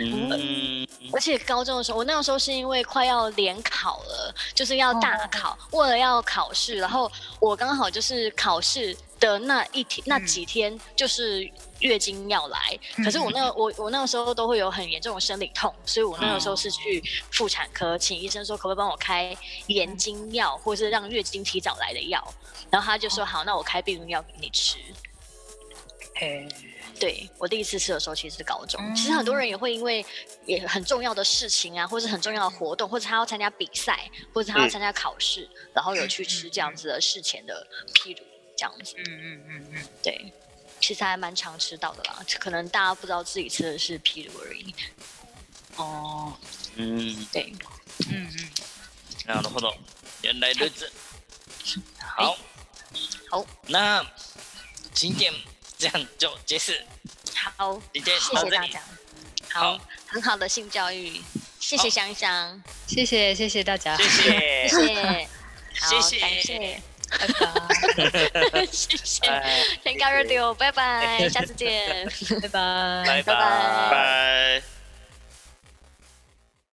Speaker 1: 嗯，
Speaker 2: 而且高中的时候，我那个时候是因为快要联考了，就是要大
Speaker 4: 哦
Speaker 2: 考，为了要考试，然后我刚好就是考试的那一天、那几天就是。月经要来，
Speaker 4: 嗯
Speaker 2: 可是我那个我我那个时候都会有很严重的生理痛，所以我那个时候
Speaker 4: 哦
Speaker 2: 是去妇产科，请医生说可不可以帮我开
Speaker 4: 嗯
Speaker 2: 延经药，或是让月经提早来的药，然后他
Speaker 4: 哦
Speaker 2: 就说好，那我开避孕药给你吃。嗯
Speaker 4: 嘿，
Speaker 2: 对我第一次吃的时候，其实是高中。
Speaker 4: 嗯
Speaker 2: 其实很多人也会因为也很重要的事情啊，或是很重要的活动，或者他要参加比赛，或者他
Speaker 1: 嗯
Speaker 2: 要参加考试，然后有去吃这样子的事前的譬如这样子。
Speaker 4: 嗯嗯嗯嗯，
Speaker 2: 对，其实还蛮常吃到的啦，可能大家不知道自己吃的是譬如而已。
Speaker 4: 哦，
Speaker 1: 嗯，
Speaker 2: 对，
Speaker 4: 嗯嗯，
Speaker 1: なるほど。原来如此。好，
Speaker 2: 好，
Speaker 1: 那今天这样就结束，
Speaker 2: 好，
Speaker 1: 今天
Speaker 2: 谢
Speaker 1: 到
Speaker 2: 谢
Speaker 1: 这
Speaker 2: 大
Speaker 1: 里。
Speaker 2: 家，
Speaker 1: 好，
Speaker 2: 很好的性教育，谢
Speaker 1: 好
Speaker 2: 谢香香，
Speaker 4: 谢谢谢谢大家，
Speaker 1: 谢谢，
Speaker 2: 谢谢，好，
Speaker 1: 谢
Speaker 2: 感
Speaker 1: 谢，
Speaker 2: 谢，
Speaker 4: 拜 拜
Speaker 2: 谢谢，
Speaker 1: 拜
Speaker 2: 哦先告热丢，拜拜，下次见。
Speaker 4: 拜拜。
Speaker 1: 拜
Speaker 2: 拜拜
Speaker 1: 拜。
Speaker 3: 拜。